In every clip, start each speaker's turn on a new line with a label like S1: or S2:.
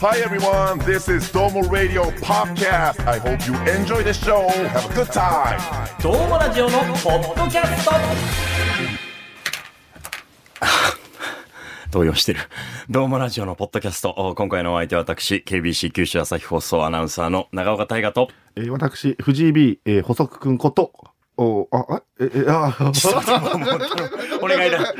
S1: Hi everyone, this is Domo Radio Podcast. I hope you enjoy the show. Have a good time.
S2: どうもラジオのポッドキャスト
S3: 動揺してる。 どうもラジオのポッドキャスト。お今回のお相手は私、KBC 九州朝日放送アナウンサーの長岡大河と、
S4: えー私、藤井 B、えー、補足くんこと、おあ、あえ、え、あ、
S3: お願いだ。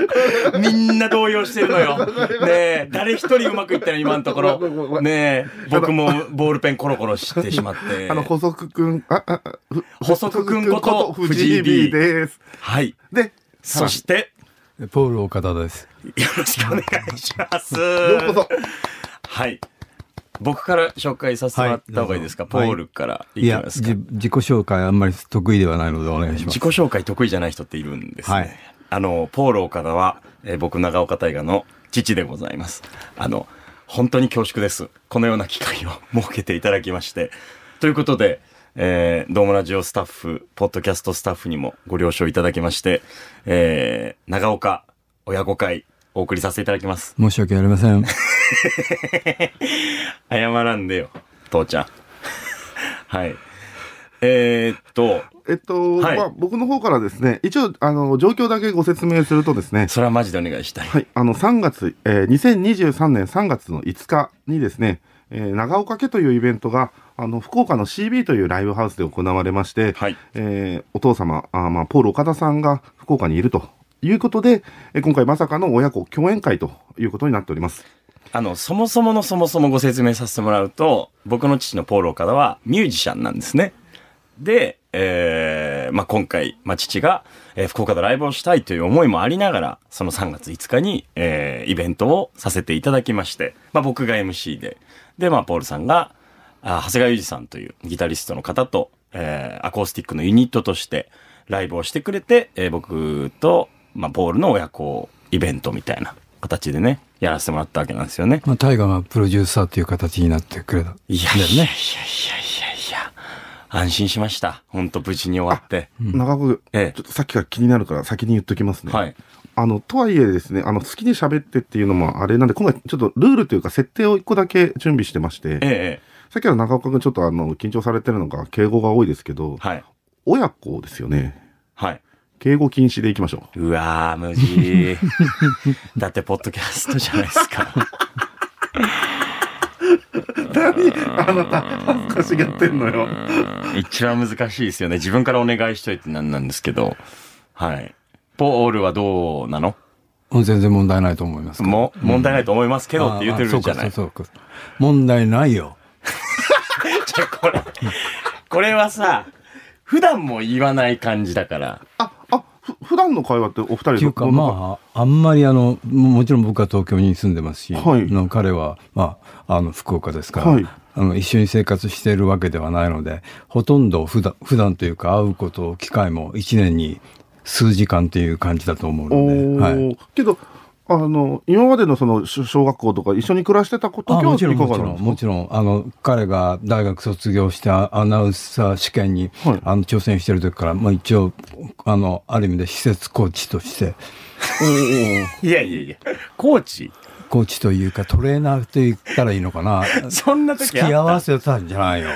S3: みんな動揺してるのよ。ねえ、誰一人うまくいってない今のところ。ねえ、僕もボールペンコロコロしてしまって
S4: あ。の、補足くん、あ、あ、あふ
S3: 補足くんこと
S4: 藤井 B です。
S3: はい。
S4: で、
S3: そして、
S5: ポール岡田です。
S3: よろしくお願いします。
S4: ようこそ。
S3: はい。僕から紹介させてもらった方がいいですか、
S5: はいどうぞ
S3: ポールからい
S5: い
S3: き
S5: や、
S3: ますか
S5: じ自己紹介あんまり得意ではないのでお願いしま
S3: 自
S5: す
S3: 己。紹介得意じゃない人っているんですね。
S5: はい
S3: あの、ポール岡田は、えー僕、長岡大河の父でございます。あの、本当に恐縮です。このような機会を設けていただきまして。ということで、えー、ドームラジオスタッフ、ポッドキャストスタッフにもご了承いただきまして、えー、長岡親子会お送りさせていただきます。
S5: 申し訳ありません。
S3: 謝らんでよ、父ちゃん。 はい。えー、っと、
S4: えっと、
S3: はい
S4: まあ、僕の方からですね、一応、あの、状況だけご説明するとですね、
S3: それはマジでお願いしたい。
S4: はい、あの、3月、えー、2023年3月の5日にですね、えー、長岡家というイベントが、あの、福岡の CB というライブハウスで行われまして、
S3: はい
S4: えーお父様、あーまあ、ポール岡田さんが福岡にいるということで、えー今回まさかの親子共演会ということになっております。
S3: あの、そもそものそもそもご説明させてもらうと、僕の父のポール岡田はミュージシャンなんですね。で、えーまあ、今回、まあ、父が、えー福岡でライブをしたいという思いもありながら、その3月5日に、えーイベントをさせていただきまして、まあ、僕が MC で、で、まあ、ポールさんが、あ長谷川裕二さんというギタリストの方と、えーアコースティックのユニットとしてライブをしてくれて、えー僕と、まあ、ポールの親子イベントみたいな形でね、やらせてもらったわけなんですよね。
S5: まあ、タイガがプロデューサーという形になってくれた。
S3: いやいやいやいやいやいや、安心しました。ほんと無事に終わって。
S4: 長岡君、
S3: ええ
S4: ちょっとさっきから気になるから先に言っときますね。
S3: はい。
S4: あの、とはいえですね、あの、好きに喋ってっていうのもあれなんで、今回ちょっとルールというか設定を一個だけ準備してまして、
S3: ええええ、
S4: さっきの長岡君ちょっとあの、緊張されてるのが敬語が多いですけど、
S3: はい。
S4: 親子ですよね。
S3: はい。
S4: 敬語禁止でいきましょ
S3: うわー、無 事。だって、ポッドキャストじゃないですか。
S4: う。何あなた、恥ずかしがってんのよ。
S3: 一番難しいですよね。自分からお願いしといてなんなんですけど。はい。ポールはどうなの
S5: もう全然問題ないと思います。
S3: もう問題ないと思いますけどって言って
S5: ああそう
S3: るじ
S5: か
S3: ゃない。
S5: そうかそうか問題ないよ。
S3: じゃあこれ、これはさ、普段も言わない感じだから。
S4: あ、あ、ふ普段の会話ってお二人
S5: っていうか、まあ、あんまりあの、ももちろん僕は東京に住んでますし、
S4: はい
S5: あの彼は、まあ、あの、福岡ですから、
S4: はい
S5: あの、一緒に生活しているわけではないので、ほとんど普段、普段というか会うこと、機会も1年に数時間という感じだと思う
S4: おー
S5: ので、はい。
S4: けど、あの、今までのその、し小学校とか一緒に暮らしてたこと
S5: あ
S4: 今
S5: も
S4: 日
S5: ち
S4: は
S5: ろ
S4: い
S5: ん
S4: かが
S5: も
S4: な
S5: ち
S4: ん
S5: ろ
S4: で
S5: ん
S4: すか
S5: もちろんあの彼が大学卒業してアアナウンサー試験に、
S4: はい
S5: あの挑戦してる時から、まあ、一応あのある意味で施設コーチとして
S3: いやいやいや、コーチ
S5: コーチというかトレーナーと言ったらいいのかな
S3: そんな時
S5: 付き合
S3: あっ
S5: わせたんじゃないよ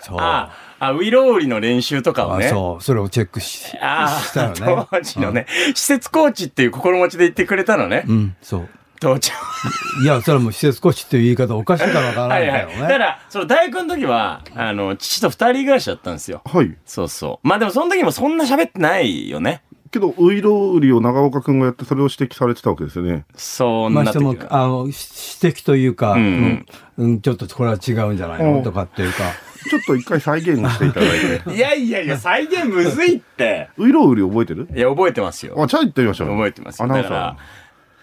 S5: そう
S3: たあ、あ、ウィローリの練習とかを
S5: あ
S3: ね。
S5: そうそれをチェックし
S3: あ
S5: し
S3: あ、
S5: たよね
S3: 当時のね、施設コーチっていう心持ちで言ってくれたのね
S5: う。んそう
S3: 父ちゃん
S5: いやそれはもう施設コーチという言い方おかしいからわから
S3: は。
S5: ない
S3: い
S5: け
S3: は
S5: どね
S3: い。だから、その大学の時は、あの、父と二人暮らしだったんですよ。
S4: はい。
S3: そうそう。まあでもその時もそんな喋ってないよね。
S4: けど、ウイロウリを長岡くんがやって、それを指摘されてたわけですよね。
S3: そん
S5: まあ、
S3: な
S5: して
S3: 時
S5: も
S3: は。
S5: あのし指摘というか、うんんうんちょっとこれは違うんじゃないのとかっていうか。
S4: ちょっと一回再現し ていただい て。
S3: いやいやいや、再現むずいって。
S4: ウイロウリ覚えてる
S3: いや、覚えてますよ。
S4: あ、じゃあ行ってみましょう。
S3: 覚えてます
S4: ア
S3: よ。
S4: ナウ
S3: だ
S4: ン
S3: か
S4: サ
S3: ら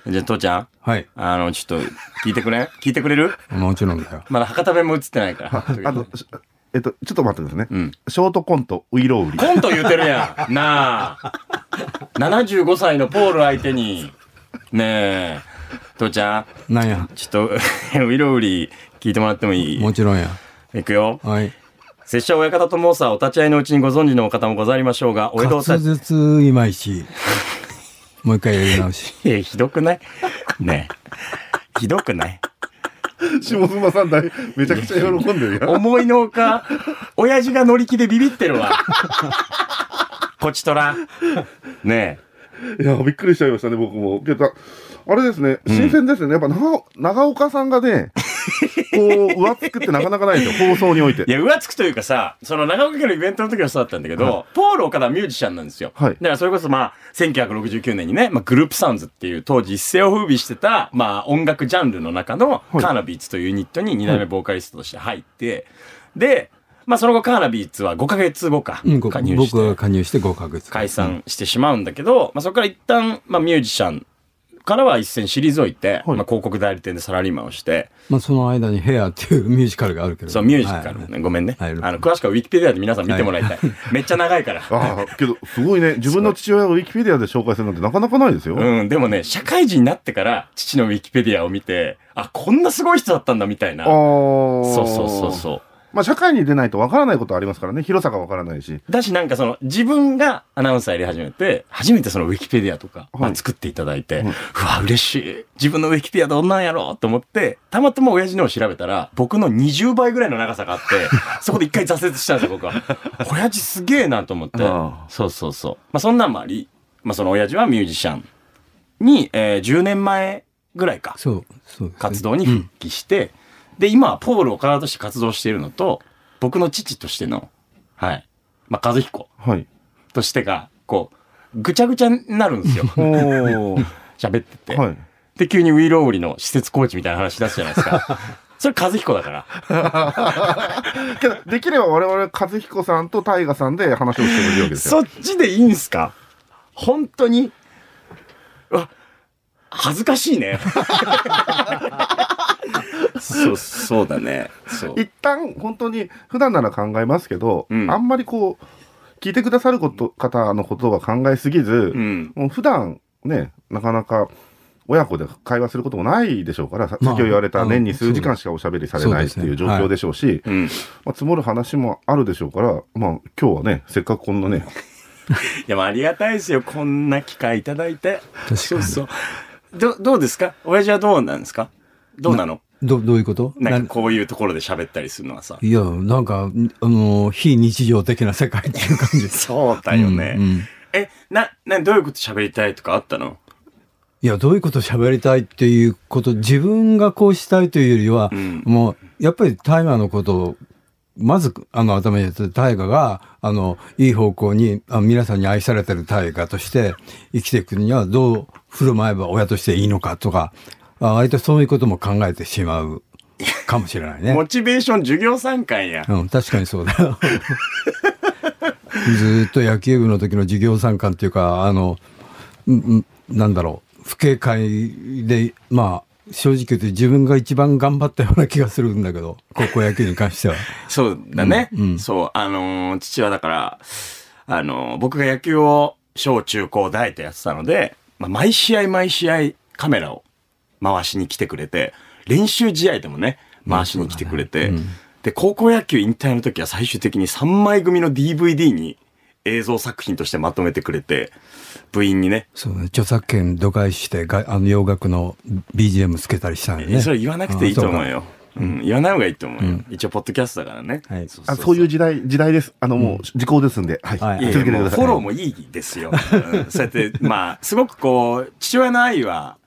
S4: ー。、
S3: じゃあ父ちゃん、
S5: はい。
S3: あの、ちょっと、聞いてくれん聞いてくれる
S5: もちろんだよ。
S3: まだ博多弁も映ってない から。
S4: あの、しえっと、ちょっと待ってください
S3: うん
S4: ね。ショートコント、ウイロウリ。
S3: コント言うてるやん。なあ。75歳のポール相手に。ねえ。父ちゃん、
S5: なんや。
S3: ちょっと、 ウイロウリ聞いてもらってもいい
S5: もちろんや。
S3: いくよ。
S5: はい。
S3: 拙者親方と申さ、お立ち会いのうちにご存知のお方もございましょうが、お江戸
S5: 滑
S3: お立ち
S5: 舌いま いち。もう一回やり直し。
S3: え、ひどくないねえ。ひどくない
S4: 下妻さん大、めちゃくちゃ喜んでるよ。
S3: 思いのほか、親父が乗り気でビビってるわ。こちとら。ね
S4: いや、びっくりしちゃいましたね、僕も。けど、あれですね、新鮮ですね。やっぱ長尾、長岡さんがね、 こう、上つくってなかなかないですよ、放送において
S3: え。い。や、浮つくというかさ、その長岡家のイベントの時はそうだったんだけど、ポール岡田はミュージシャンなんですよ。
S4: は
S3: だ
S4: い
S3: からそれこそまあ、1969年にね、まあ、グループサウンズっていう当時一世を風靡してた、まあ、音楽ジャンルの中のカ
S4: い
S3: ーナビーツというユニットに2代目ボーカリストとして入って、で、まあその後カーナビーツは5ヶ月後か、
S5: うん、こ
S3: 加入して。
S5: 僕が加入して5ヶ月。
S3: 解散してしまうんだけど、まあ、そこから一旦、まあ、ミュージシャンからは一線退いて、まあ、広告代理店でサラリーマンをして、
S5: まあその間にヘアっていうミュージカルがあるけれども。
S3: そう、ミュージカル、
S5: はい
S3: ごめんね。
S5: はい
S3: あの、詳しくはウィキペディアで皆さん見てもらいたい。めっちゃ長い から。
S4: ああ、けど、すごいね。自分の父親をウィキペディアで紹介するなんてなかなかないですよ。
S3: うん、でもね、社会人になってから父のウィキペディアを見て、あ、こんなすごい人だったんだみたいな。
S4: ああ。そ
S3: そうそうそう
S4: う。
S3: そ
S4: まあ、社会に出ないとわからないことありますからね。広さがわからないし。
S3: う。だしなんかその自分がアナウンサーやり始めて、初めてそのウィキペディアとか、ま
S4: は
S3: あ、
S4: い
S3: 作っていただいて、うわ、嬉しい。自分のウィキペディアどんなんやろうと思って、たまたま親父のを調べたら、僕の20倍ぐらいの長さがあ って、そこで一回挫折したんですよ、僕は。親父すげえなと思って
S4: あ。
S3: そうそうそう。まあそんなんもあり、まあその親父はミュージシャンに、えー10年前ぐらいか。
S5: そう、そうですね、
S3: 活動に復帰して、で、今はポール岡田として活動しているのと、僕の父としての、はい。まあ、和彦
S4: はい。
S3: としてが、こう、ぐちゃぐちゃになるんですよ。
S4: おー。
S3: 喋ってて。
S4: はい。
S3: で、急にウィーローウリの施設コーチみたいな話出すじゃないです か。それ和彦だから。
S4: けど、できれば我々、和彦さんと大河さんで話をしてもいいわけです
S3: そ
S4: よ。
S3: っちでいいんすか本当にうわ、恥ずかしいね。 そう、そうだね。そう。
S4: 一旦、本当に、普段なら考えますけど、
S3: うん
S4: あんまりこう、聞いてくださること方のことは考えすぎず、
S3: うん。
S4: もう普段ね、なかなか、親子で会話することもないでしょうから、さ
S5: まあ
S4: 先ほど言われ
S5: あ
S4: た
S5: の
S4: 年に数時間しかおしゃべりされないって
S5: そう
S4: い
S5: で
S4: う
S5: す
S4: 状
S5: ねはい
S4: 況でしょうし、
S3: うん。
S4: まあ、積もる話もあるでしょうから、まあ、今日はね、せっかくこんなね、
S3: でもありがたいですよ。こんな機会いただいて。
S5: かに
S3: そうそう。ど、どうですか親父はどうなんですかどうなの
S5: どどういうこと
S3: なんかこういうところで喋ったりするのはさ。
S5: いや、なんか、んあの、非日常的な世界っていう感じです。
S3: そうだよね。
S5: うんうん
S3: え、な、な、どういうこと喋りたいとかあったの
S5: いや、どういうこと喋りたいっていうこと、自分がこうしたいというよりは、
S3: ん
S5: もう、やっぱりタイガーのことを、まず、あの、頭にやってるタイガーが、あの、いい方向に、あ皆さんに愛されてるタイガーとして生きていくには、どう振る舞えば親としていいのかとか、あ割とそういうことも考えてしまうかもしれないね。
S3: モチベーション授業参観や。
S5: うん、確かにそうだ よ。ずーっと野球部の時の授業参観っていうか、あの、うんうんなんだろう、不警戒で、まあ、正直言って自分が一番頑張ったような気がするんだけど、高校野球に 関しては。
S3: そうだね。
S5: うんうん
S3: そう。あのー父はだから、あのー僕が野球を小中高大とやってたので、まあ、毎試合毎試合カメラを回しに来てくれて、練習試合でもね、回しに来てくれて、で、高校野球引退の時は最終的に3枚組の DVD に映像作品としてまとめてくれて、部員にね、
S5: そうね、著作権度外視して、があの洋楽の BGM つけたりしたんよ
S3: いや
S5: ね。
S3: それ言わなくていいと思う
S5: あ。
S3: よ。うん、言わない方がいいと思うよ。一応、ポッドキャストだからね。
S5: はい
S4: あそういう時代、時代です。あの、もう、時効ですんで、はい、
S5: はい
S3: いやいや
S4: 続け
S3: も
S4: てく
S3: う
S4: ださ
S3: フ
S4: い。
S3: ォローもいいですよ。うんそうやって、まあ、すごくこう、父親の愛は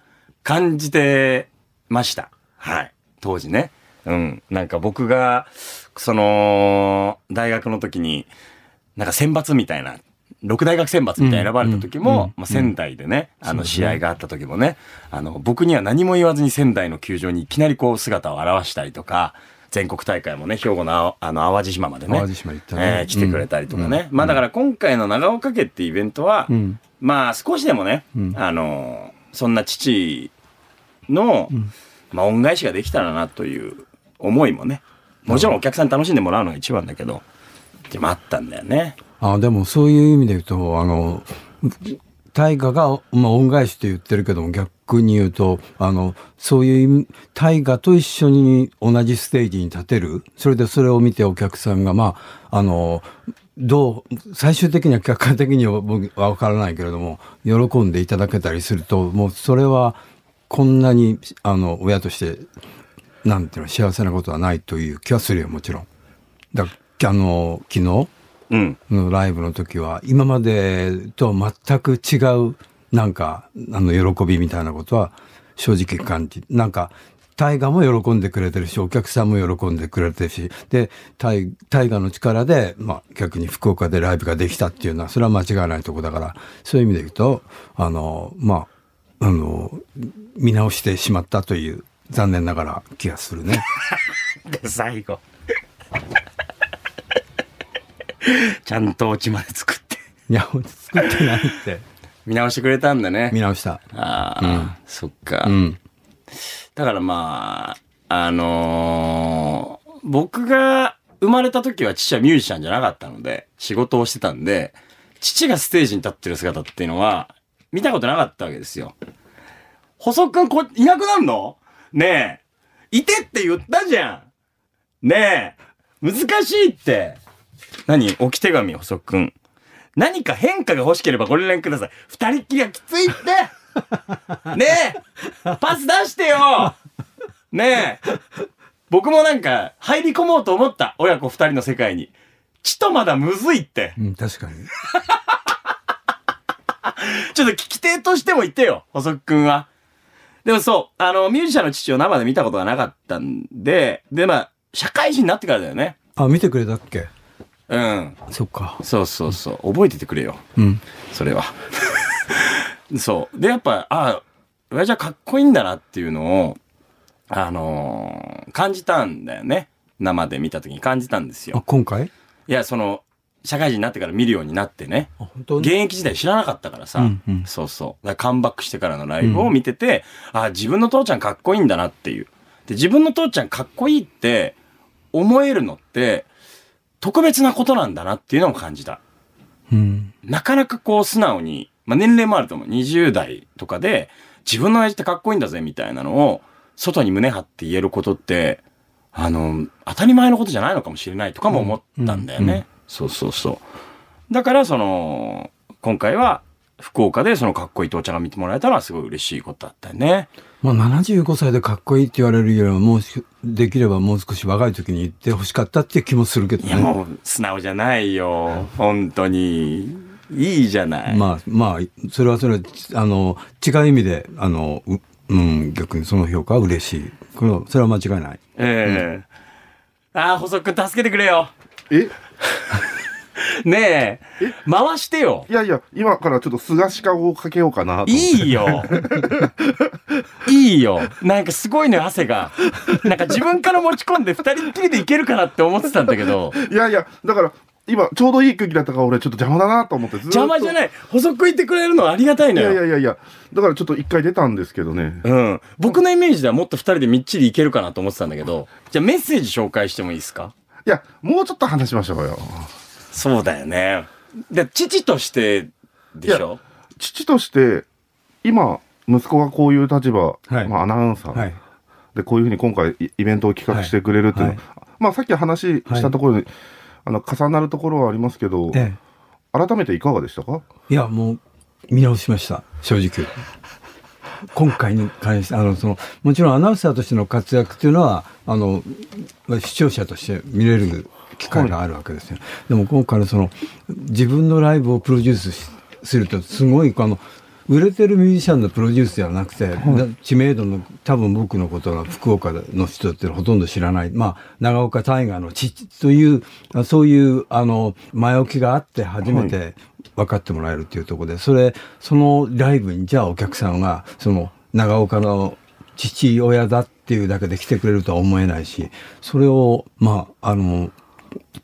S3: 感じてました。はい。当時ね。うん。なんか僕が、その、大学の時に、なんか選抜みたいな、六大学選抜みたいな選ばれた時
S5: うんうんう
S3: も
S5: ん、
S3: まあ、仙台でね、あの試合があった時もね、あの、僕には何も言わずに仙台の球場にいきなりこう姿を現したりとか、全国大会もね、兵庫のあわあの淡路島までね、
S5: 淡路島行ったね
S3: えー来てくれたりとかね。まあだから今回の長岡家ってイベントは、
S5: うん
S3: まあ少しでもね、
S5: ん
S3: あのー、そんな父の、まあ恩返しができたらなという思いもね、もちろんお客さんに楽しんでもらうのが一番だけど、でもあったんだよね。
S5: あでもそういう意味で言うと、あの、大河が、まあ、恩返しって言ってるけども、逆に言うと、あの、そういう意味、大河と一緒に同じステージに立てる。それでそれを見てお客さんが、まあ、あの、どう、最終的には客観的には僕は分からないけれども、喜んでいただけたりすると、もうそれは、こんなに、あの、親として、なんていうの、幸せなことはないという気はするよ、もちろん。だあの、昨日
S3: うん。
S5: のライブの時は、今までとは全く違う、なんか、あの、喜びみたいなことは、正直感じ、なんか、大河も喜んでくれてるし、お客さんも喜んでくれてるし、で、大河の力で、まあ、逆に福岡でライブができたっていうのは、それは間違いないとこだから、そういう意味で言うと、あの、まあ、あの、見直してしまったという、残念ながら気がするね。
S3: 最後。 ちゃんとオチまで作って。
S5: いや、作ってないって。
S3: 見直してくれたんだね。
S5: 見直した。
S3: ああ、そっか。
S5: うん。
S3: だからまあ、あのー僕が生まれた時は父はミュージシャンじゃなかったので、仕事をしてたんで、父がステージに立ってる姿っていうのは、見たことなかったわけですよ。細くんこ、いなくなんのねえ。いてって言ったじゃんねえ。難しいって。何置き手紙、細くん。何か変化が欲しければご連絡ください。二人っきりがきついってねえパス出してよねえ僕もなんか入り込もうと思った。親子二人の世界に。ちとまだむずいって。
S5: うん、確かに。
S3: ちょっと聞き手としても言ってよ、細くんは。でもそう、あの、ミュージシャンの父を生で見たことがなかったんで、で、まあ、社会人になってからだよね。
S5: あ、見てくれたっけ
S3: うん。
S5: そっか。
S3: そうそうそう。覚えててくれよ。
S5: うん。
S3: それは。 そう。で、やっぱ、ああ、親父はかっこいいんだなっていうのを、あのー感じたんだよね。生で見た時に感じたんです
S5: あ、
S3: よ。
S5: 今回
S3: いや、その、社会人になってから見るようになってね。
S5: あ、本当
S3: 現役時代知らなかったからさ、
S5: うんうん
S3: そうそう。だからカムバックしてからのライブを見てて、ああ、自分の父ちゃんかっこいいんだなっていう。で、自分の父ちゃんかっこいいって思えるのって、特別なことなんだなっていうのを感じた。
S5: うん。
S3: なかなかこう素直に、まあ、年齢もあると思う。20代とかで、自分の親父ってかっこいいんだぜみたいなのを、外に胸張って言えることって、あの、当たり前のことじゃないのかもしれないとかも思ったんだよね。
S5: うんうんうん
S3: そうそうそう。だからその、今回は、福岡でそのかっこいい父ちゃんが見てもらえたのはすごい嬉しいことだったよね。
S5: まあ、75歳でかっこいいって言われるよりは、もうし、できればもう少し若い時に言ってほしかったって気もするけど
S3: いや
S5: ね。
S3: もう素直じゃないよ。本当に。いいじゃない。
S5: まあ、まあ、それはそれは、あの、違う意味で、あの、ううん、逆にその評価は嬉しい。これは、それは間違いない。
S3: ええああ、細くん助けてくれよ。
S4: え
S3: ねえ、回してよ。
S4: いやいや、今からちょっと菅氏顔をかけようかなと。
S3: いいよ。いいよ。なんかすごいのよ、汗が。なんか自分から持ち込んで二人っきりでいけるかなって思ってたんだけど、
S4: いやいや、だから、今、ちょうどいい空気だったから、俺、ちょっと邪魔だなと思って、
S3: 邪魔じゃ
S4: い
S3: ない。細くいてくれるのはありがたい
S4: い
S3: の
S4: やい
S3: よ。
S4: やいやいや、だからちょっと一回出たんですけどね。
S3: うん。僕のイメージではもっと二人でみっちりいけるかなと思ってたんだけど、じゃあメッセージ紹介してもいいですか
S4: いや、もうちょっと話しましょうよ。
S3: そうだよね。で、父としてでしょ
S4: 父として、今、息子がこういう立場、
S5: はい
S4: まあ、アナウンサー、
S5: はい。
S4: で、こういうふうに今回、イイベントを企画してくれるっていうの
S5: はい
S4: まあ、さっき話したところに、あの、重なるところはありますけど、
S5: ええ。
S4: 改めていかがでしたか
S5: いや、もう、見直しました。正直。 今回に関して、あの、その、もちろんアナウンサーとしての活躍っていうのは、あの、視聴者として見れる機会があるわけですよ。でも今回のその、自分のライブをプロデュースしすると、すごい、あの、売れてるミュージシャンのプロデュースではなくて、な知名度の、多分僕のことは福岡の人ってほとんど知らない、まあ、長岡大河の父という、あそういう、あの、前置きがあって初めて分かってもらえるっていうところで、それ、そのライブに、じゃあお客さんが、その、長岡の父親だっていうだけで来てくれるとは思えないし、それを、まあ、あの、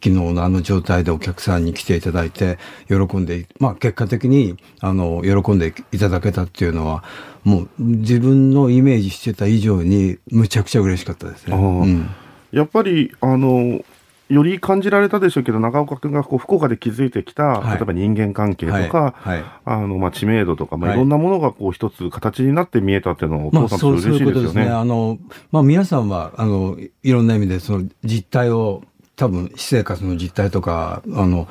S5: 昨日のあの状態でお客さんに来ていただいて、喜んでい、まあ結果的に、あの、喜んでいただけたっていうのは、もう自分のイメージしてた以上に、むちゃくちゃ嬉しかったですね。
S4: あー
S5: うん
S4: やっぱりあのより感じられたでしょうけど長岡君がこう福岡で築いてきた、
S5: はい
S4: 例えば人間関係とか、
S5: はいはい
S4: あのまあ、知名度とか、まあ、
S5: はい
S4: いろんなものがこう一つ形になって見えたっていうのはお
S5: ま
S4: 父
S5: あ、
S4: さん
S5: そ
S4: と
S5: う
S4: して
S5: そう
S4: 嬉
S5: い
S4: しいで
S5: うこ
S4: す
S5: とで
S4: よね。
S5: すね。あの、まあ、皆さんは、あの、いいろんな意味で、その実態を、多分、私生活の実態とか、あの、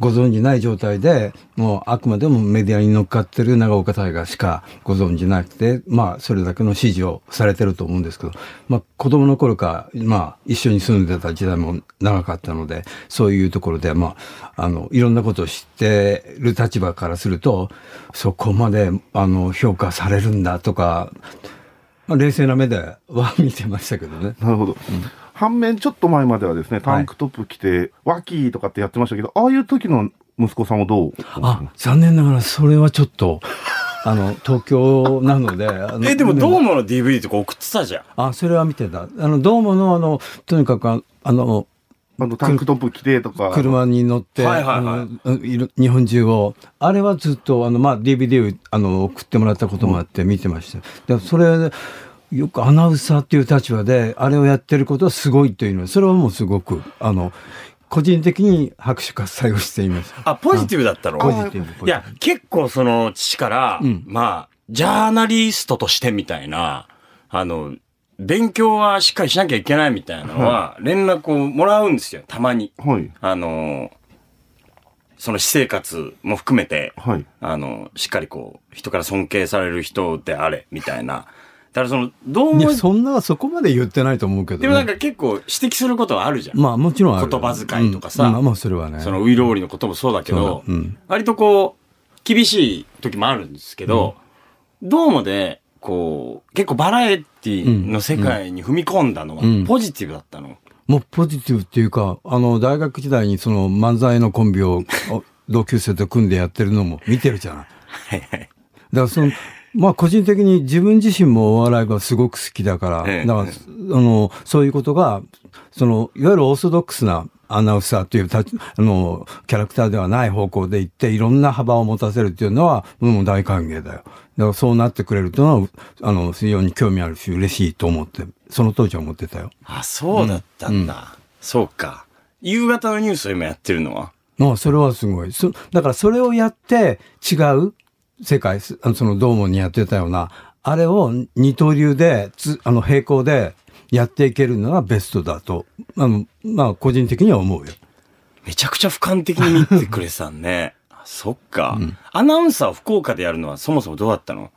S5: ご存じない状態で、もうあくまでもメディアに乗っかってる長岡大河しかご存じなくて、まあそれだけの支持をされてると思うんですけど、まあ子供の頃から、まあ一緒に住んでた時代も長かったので、そういうところで、まあ、あの、いろんなことを知ってる立場からすると、そこまで、あの、評価されるんだとか、まあ、冷静な目では 見てましたけどね。
S4: なるほど。反面、ちょっと前まではですね、タンクトップ着て、ワキーとかってやってましたけど、ああいう時の息子さんはどう
S5: あ、残念ながらそれはちょっ と、あの、東京なので。あの
S3: え、でも、どうもの DVD とか送ってたじゃん。
S5: あ、それは見てた。あの、どうもの、あの、とにかくあ、あの、
S4: あのタンクトップ着てとか、
S5: 車に乗って、
S3: はいはいはい
S5: あのうんいる日本中を、あれはずっと、あの、まあ、DVD をあの送ってもらったこともあって見てましたよ。で、それ、よくアナウンサーっていう立場で、あれをやってることはすごいというのは、それはもうすごく、あの、個人的に拍手喝采をしていました。
S3: あ、ポジティブだったの
S5: ポジティブ。
S3: いや、結構その父から、
S5: うん
S3: まあ、ジャーナリストとしてみたいな、あの、勉強はしっかりしなきゃいけないみたいなのは、連絡をもらうんですよ、たまに。
S4: はい、
S3: あの、その私生活も含めて、
S4: はい、
S3: あの、しっかりこう、人から尊敬される人であれ、みたいな。だからその、どう
S5: い
S3: も、
S5: や、そんな、そこまで言ってないと思うけど、ね。
S3: でもなんか結構指摘することはあるじゃん。
S5: まあもちろんある。
S3: 言葉遣いとかさ
S5: うんうんまあそれはね。
S3: その、ウイローリのこともそうだけど、
S5: そうだうん
S3: 割とこう、厳しい時もあるんですけど、どうもで、こう、結構バラエティの世界に踏み込んだのは
S5: うん、
S3: ポジティブだったの。
S5: もうポジティブっていうか、あの、大学時代にその漫才のコンビ をお同級生と組んでやってるのも見てるじゃな
S3: は
S5: い。
S3: いはい。
S5: だからその、まあ個人的に自分自身もお笑いがすごく好きだから、
S3: ええ
S5: だから、あの、そういうことが、その、いわゆるオーソドックスなアナウンサーというたち、あの、キャラクターではない方向で行って、いろんな幅を持たせるっていうのは、もう大歓迎だよ。だからそうなってくれるというのは、あの、非常に興味あるし、嬉しいと思って、その当時は思ってたよ。
S3: あ、そうだったんだ。そうか。夕方のニュースを今やってるのは。
S5: まあ、それはすごい。そだから、それをやって、違う世界、すあのその、ドーモンにやってたような、あれを二刀流で、つあの、並行でやっていけるのがベストだと、あの、まあ、個人的には思うよ。
S3: めちゃくちゃ俯瞰的に見てくれてたん ね。あそっか、アナウンサーを福岡でやるのはそもそもどうだったの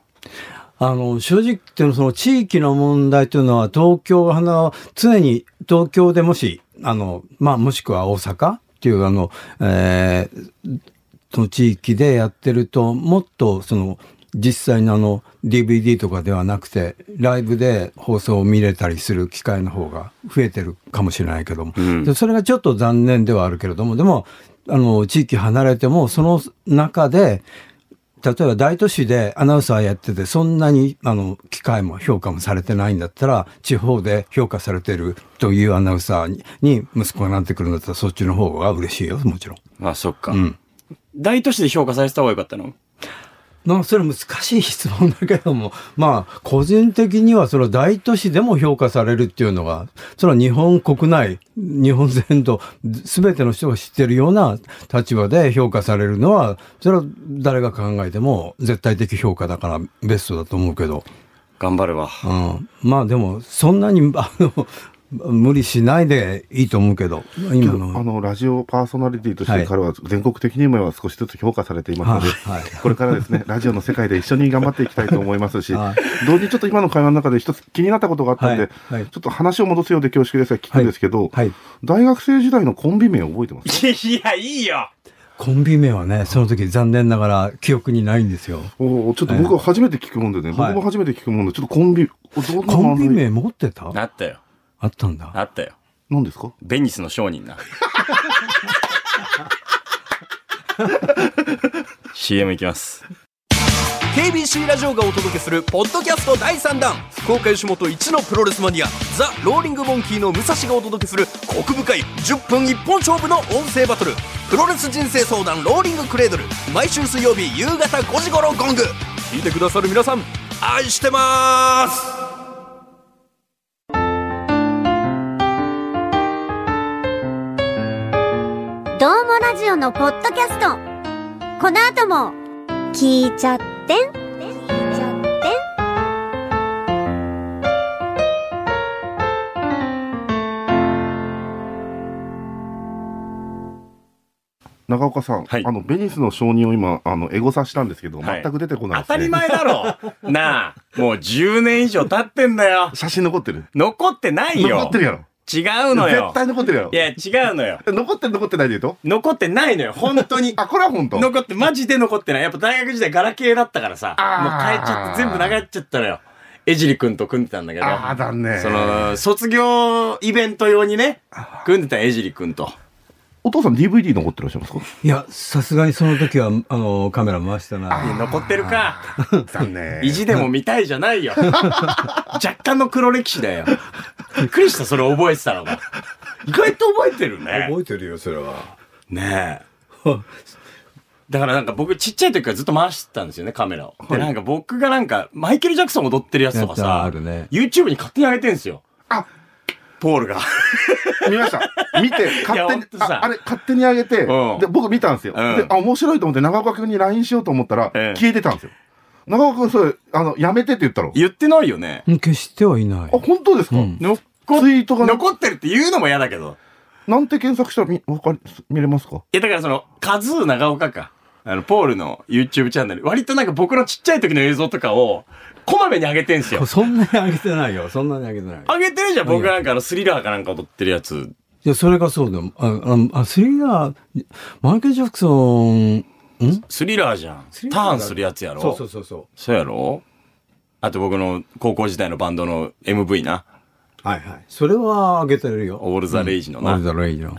S5: あの、正直言ってのその地域の問題というのは東京はな常に東京でもし、あの、まあ、もしくは大阪っていうあの、えーその地域でやってると、もっとその、実際のあの、DVD とかではなくて、ライブで放送を見れたりする機会の方が増えてるかもしれないけども、でそれがちょっと残念ではあるけれども、でも、あの、地域離れても、その中で、例えば大都市でアナウンサーやってて、そんなに、あの、機会も評価もされてないんだったら、地方で評価されてるというアナウンサーにに息子がなってくるんだったら、そっちの方が嬉しいよ、もちろん。
S3: あ、そっか、大都市で評価されてた方が良かったの
S5: まあ、それ難しい質問だけども、 まあ、個人的には、その大都市でも評価されるっていうのが、その日本国内、日本全土、すべての人が知ってるような立場で評価されるのは、それは誰が考えても絶対的評価だからベストだと思うけど、
S3: 頑張るわ。
S5: うん、まあでも、そんなに、 あの、無理しないでいいと思うけど、
S4: け
S5: 今
S4: どあ
S5: の。
S4: のラジオパーソナリティとし
S5: は
S4: て
S5: い
S4: 彼は全国的にも少しずつ評価されていますので、
S5: はいはい
S4: これからです ねラジオの世界で一緒に頑張っていきたいと思いますし、
S5: はい
S4: 同時にちょっと今の会話の中で一つ気になったことがあったんで、
S5: はいはい
S4: ちょっと話を戻すようで恐縮ですが聞くんですけど、
S5: はいはい
S4: 大学生時代のコンビ名覚えてま す
S3: いや、いいよ
S5: コンビ名はね、その時残念ながら記憶にないんですよ。
S4: おーちょっと僕は初めて聞くもんでね、
S5: はい
S4: 僕も初めて聞くもんで、ちょっとコンビ、どんな
S5: コンビ
S4: 漫才
S5: 名持ってた
S3: あったよ。
S5: あったんだ。
S3: あったよ。
S4: なんですか
S3: ベニスの商人 な。CM いきます。
S6: KBC ラジオがお届けするポッドキャスト第3弾福岡吉本一のプロレスマニアザ・ローリング・モンキーの武蔵がお届けするコク深い10分一本勝負の音声バトルプロレス人生相談ローリングクレードル毎週水曜日夕方5時頃ゴング聞いてくださる皆さん愛してます
S7: どうもラジオのポッドキャストこの後も聞いちゃってん聞いちゃってん
S4: 長岡さん、
S3: はい
S4: あのベニスの承認を今あのエゴサしたんですけど、
S3: はい
S4: 全く出てこない
S3: 当
S4: です、ね、
S3: たり前だろなあ、もう10年以上経ってんだよ。
S4: 写真残ってる
S3: 残ってないよ。
S4: 残ってるやろ
S3: 違うのよ
S4: 絶。対残ってるやろ
S3: いや、違うのよ。
S4: 残ってる残ってないで言うと
S3: 残ってないのよ、本当に。
S4: あこれは本当
S3: 残って、マジで残ってない。やっぱ大学時代ガラケーだったからさ、もう
S4: あー
S3: 変えちゃって、全部流っちゃったのよ。江尻くんと組んでたんだけど。
S4: ああだね
S3: その、卒業イベント用にね、組んでた江尻くんと。
S4: お父さん DVD 残ってらっしゃいますか
S5: いや、さすがにその時は、あの、カメラ回してない
S3: いや残ってるか。
S4: 残念
S3: 意地でも見たいじゃないよ。若干の黒歴史だよ。びっくりした、それ覚えてたのが。意外と覚えてるね。
S5: 覚えてるよ、それは。
S3: ねえ。だからなんか僕ちっちゃい時からずっと回してたんですよね、カメラを。で、なんか僕がなんか、マイケル・ジャクソン踊ってるやつとか
S5: やった
S3: さ、
S5: あるね
S3: YouTube に勝手に上げてんですよ。
S4: あ
S3: ポールが。
S4: 見ました見 て
S3: いや
S4: 勝
S3: ほ
S4: 手
S3: ん
S4: に
S3: とさ
S4: ああれ勝手にあげて、
S3: うん
S4: で僕見たんですよ、
S3: うん
S4: であ面白いと思って長岡君に LINE しようと思ったら、
S3: ええ
S4: 消えてたんですよ長岡君それあのやめてって言ったろ
S3: 言ってないよね。
S5: うん決してはいない
S4: あ。本当ですか、
S5: うん
S3: 残
S4: ツイートが
S3: 残ってるって言うのも嫌だけど。
S4: なんて検索したら見わかり見れますか
S3: いや、だからその、カズー長岡か。あの、ポールの YouTube チャンネル。割となんか僕のちっちゃい時の映像とかを、こまめに上げてんす よ。
S5: そんなに上げてないよ。そんなに上げてない。
S3: 上げてるじゃん、僕なんかあの、スリラーかなんか踊ってるやつ。
S5: いや、それがそうだよ。あ、ああスリラー、マイケル・ジャクソン、ん
S3: スリラーじゃん。
S5: スリ
S3: タ
S5: ラーだ
S3: ーンするやつやろ。
S5: そうそうそうそう。
S3: そうやろあと僕の高校時代のバンドの MV な。
S5: はいはい。それは上げてるよ。
S3: オールザレイジの
S5: オー
S3: な。
S5: ルザ・レイジの。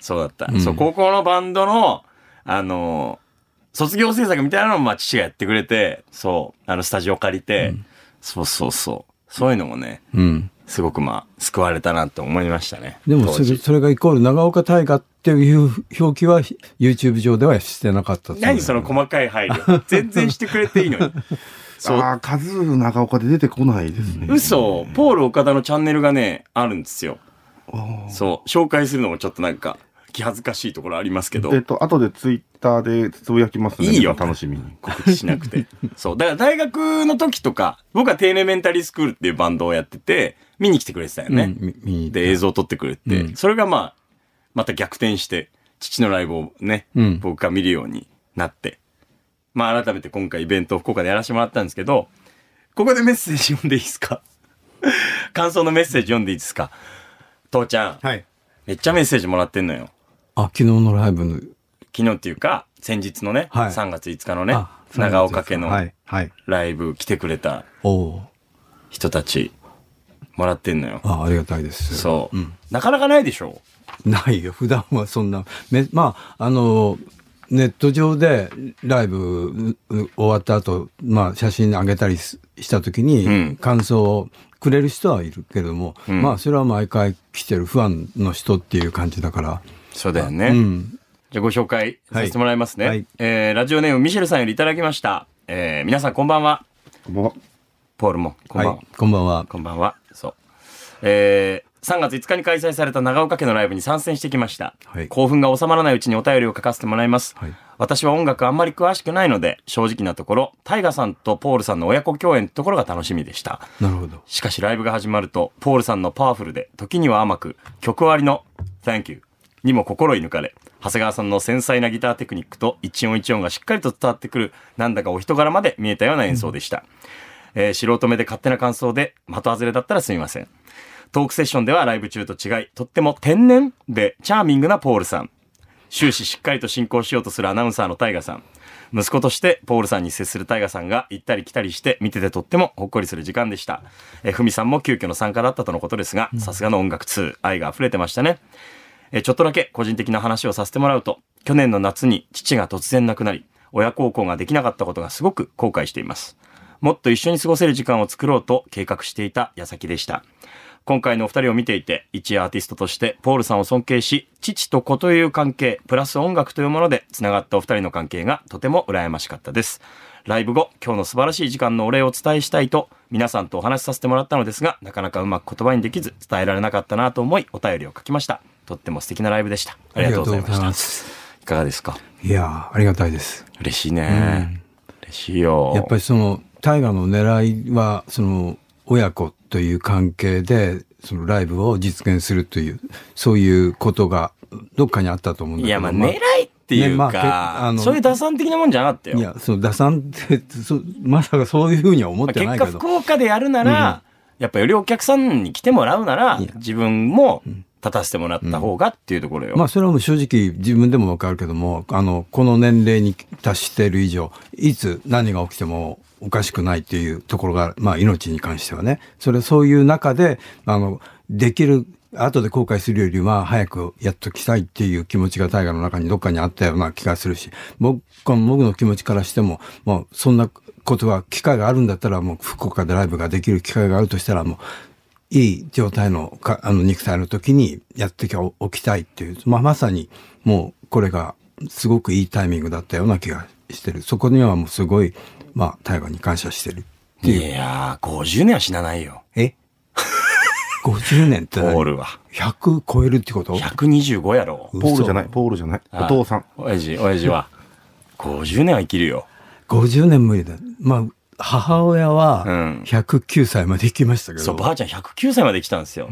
S3: そうだった。そう、高校のバンドの、あのー卒業制作みたいなのもまあ父がやってくれて、そう、あの、スタジオ借りて、そうそうそう。そういうのもね、
S5: うん。
S3: すごくまあ、救われたなって思いましたね。
S5: でも
S3: 当
S5: それ、
S3: 時
S5: それがイコール長岡大河っていう表記は YouTube 上ではしてなかった。
S3: 何その細かい配慮。 全然してくれていいの に。そう
S4: ああカズー長岡で出てこないですね、
S3: 嘘、ポール岡田のチャンネルがね、あるんですよ。そう、紹介するのもちょっとなんか、気恥ずかしいところありますけど。
S4: えっと後でツイッターでつぶやきますね
S3: いいよ
S4: 皆さん楽しみに
S3: 告知しなく て。そう。だから大学の時とか、僕は低レメンタリースクールっていうバンドをやってて、見に来てくれてたよ
S5: う
S3: ね
S5: ん。み見に行った
S3: で、映像を撮ってくれて、
S5: うん
S3: それがまあ、また逆転して、父のライブをね、
S5: うん
S3: 僕が見るようになって、まあ改めて今回イベントを福岡でやらせてもらったんですけど、ここでメッセージ読んでいいですか 感想のメッセージ読んでいいですか父ちゃん、
S5: はい。
S3: めっちゃメッセージもらってんのよ。
S5: あ、昨日のライブの。
S3: 昨日っていうか、先日のね、
S5: はい
S3: 3月5日のね
S5: あ、
S3: 長岡家の
S5: はい。はい。
S3: ライブ来てくれた
S5: おー
S3: 人たちもらってんのよ。
S5: あ、ありがたいです。
S3: そう、なかなかないでしょ
S5: ないよ普段はそんなめまああのネット上でライブうう終わった後、まあ写真上げたりすした時に、
S3: うん
S5: 感想をくれる人はいるけれども、
S3: ん
S5: まあそれは毎回来てるファンの人っていう感じだから、
S3: そうだよね。
S5: うん、
S3: じゃあご紹介させてもらいますね。
S5: はいはい
S3: えーラジオネームミシェルさんよりいただきました。えー皆さんこんばんは。
S4: こんばんは
S3: ポールもこんばんは。
S5: はい、こんばんは
S3: こんばんは。そう。えー3月5日に開催された長岡家のライブに参戦してきました、
S5: はい
S3: 興奮が収まらないうちにお便りを書かせてもらいます、
S5: はい
S3: 私は音楽あんまり詳しくないので正直なところタイガさんとポールさんの親子共演ってところが楽しみでした
S5: なるほど
S3: しかしライブが始まると、ポールさんのパワフルで、時には甘く、曲ありの Thank you にも心射抜かれ、長谷川さんの繊細なギターテクニックと一音一音がしっかりと伝わってくる、なんだかお人柄まで見えたような演奏でした。えー素人目で勝手な感想で、的外れだったらすみません。トークセッションではライブ中と違い、とっても天然でチャーミングなポールさん。終始しっかりと進行しようとするアナウンサーのタイガさん。息子としてポールさんに接するタイガさんが行ったり来たりして見ててとってもほっこりする時間でした。えー、ふみさんも急遽の参加だったとのことですが、さすがの音楽2、愛が溢れてましたね。えーちょっとだけ個人的な話をさせてもらうと、去年の夏に父が突然亡くなり、親孝行ができなかったことがすごく後悔しています。もっと一緒に過ごせる時間を作ろうと計画していた矢先でした。今回のお二人を見ていて、一アーティストとしてポールさんを尊敬し、父と子という関係、プラス音楽というもので繋がったお二人の関係がとても羨ましかったです。ライブ後、今日の素晴らしい時間のお礼をお伝えしたいと、皆さんとお話しさせてもらったのですが、なかなかうまく言葉にできず伝えられなかったなと思い、お便りを書きました。とっても素敵なライブでした。ありがとうございま
S5: ありがとうご
S3: し
S5: ざい
S3: た。い
S5: ます
S3: かがですか
S5: いやーありがたいです
S3: 嬉しいね。嬉しいよ。
S5: やっぱりその大河の狙いはその親子という関係でそのライブを実現するというそういうことがどっかにあったと思うん
S3: い
S5: だけど。
S3: や、まあ、
S5: まあ
S3: 狙いっていうか、
S5: ねまあけあの
S3: そういう打算的なもんじゃなかったよ。
S5: いや、その打算って、そまさかそういうふうには思
S3: ま
S5: っ
S3: あ
S5: て
S3: 結
S5: ない
S3: 果、
S5: けど
S3: 福。岡でやるなら、やっぱよりお客さんに来てもらうなら
S5: いや、
S3: 自分も立たせてもらった方がっていうところよ。
S5: まあそれはもう正直自分でもわかるけども、あの、この年齢に達している以上、いつ何が起きてもおかしくないっていうところが、まあ命に関してはね。それそういう中で、あの、できる、後で後悔するよりは早くやっときたいっていう気持ちが大河の中にどっかにあったような気がするし、僕僕の気持ちからしても、もうそんなことは機会があるんだったらもう福岡でライブができる機会があるとしたらもういい状態のか、あの、肉体の時にやってきゃおきたいっていう、まあ、まさに、もう、これが、すごくいいタイミングだったような気がしてる。そこにはもうすごい、まあ、大河に感謝してるっ
S3: い
S5: ていう。
S3: やー、50年は死なないよ。
S5: え ?50 年って
S3: ポー
S5: 何
S3: ルは。
S5: ?100 超えるってこと
S3: 125やろ。
S4: ポールじゃない、ポールじゃない。お父さん。
S3: 親父、親父は。50年は生きるよ。
S5: ?50 年無理だ。まあ、母親は
S3: うん、
S5: 109歳まで行きましたけど。
S3: そう、ばあちゃん109歳まで来たんですよ。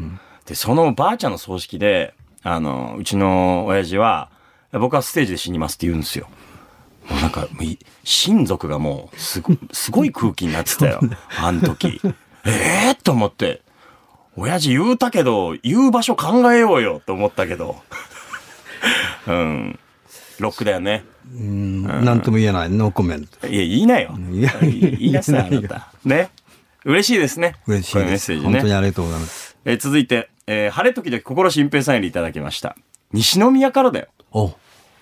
S3: で、そのばあちゃんの葬式で、あの、うちの親父は、僕はステージで死にますって言うんですよ。もうなんか、もうい親族がもう、す ご、すごい空気になってたよ。あの時。ええと思って。親父言うたけど、言う場所考えようよと思ったけど。うん。ロックだよね。
S5: うん、なんとも言えない。ノーコメント。
S3: いや、言いなよ。
S5: いや
S3: 言いなさい、あ
S5: 言
S3: ない
S5: な
S3: た。ね。嬉しいですね。
S5: 嬉し
S3: こ
S5: い
S3: のメ
S5: で
S3: ッセ
S5: す。
S3: ージね。
S5: 本当にありがとうございます。
S3: えー続いて、えー晴れ時々心心平さんよりいただきました。西宮からだよ。
S5: お、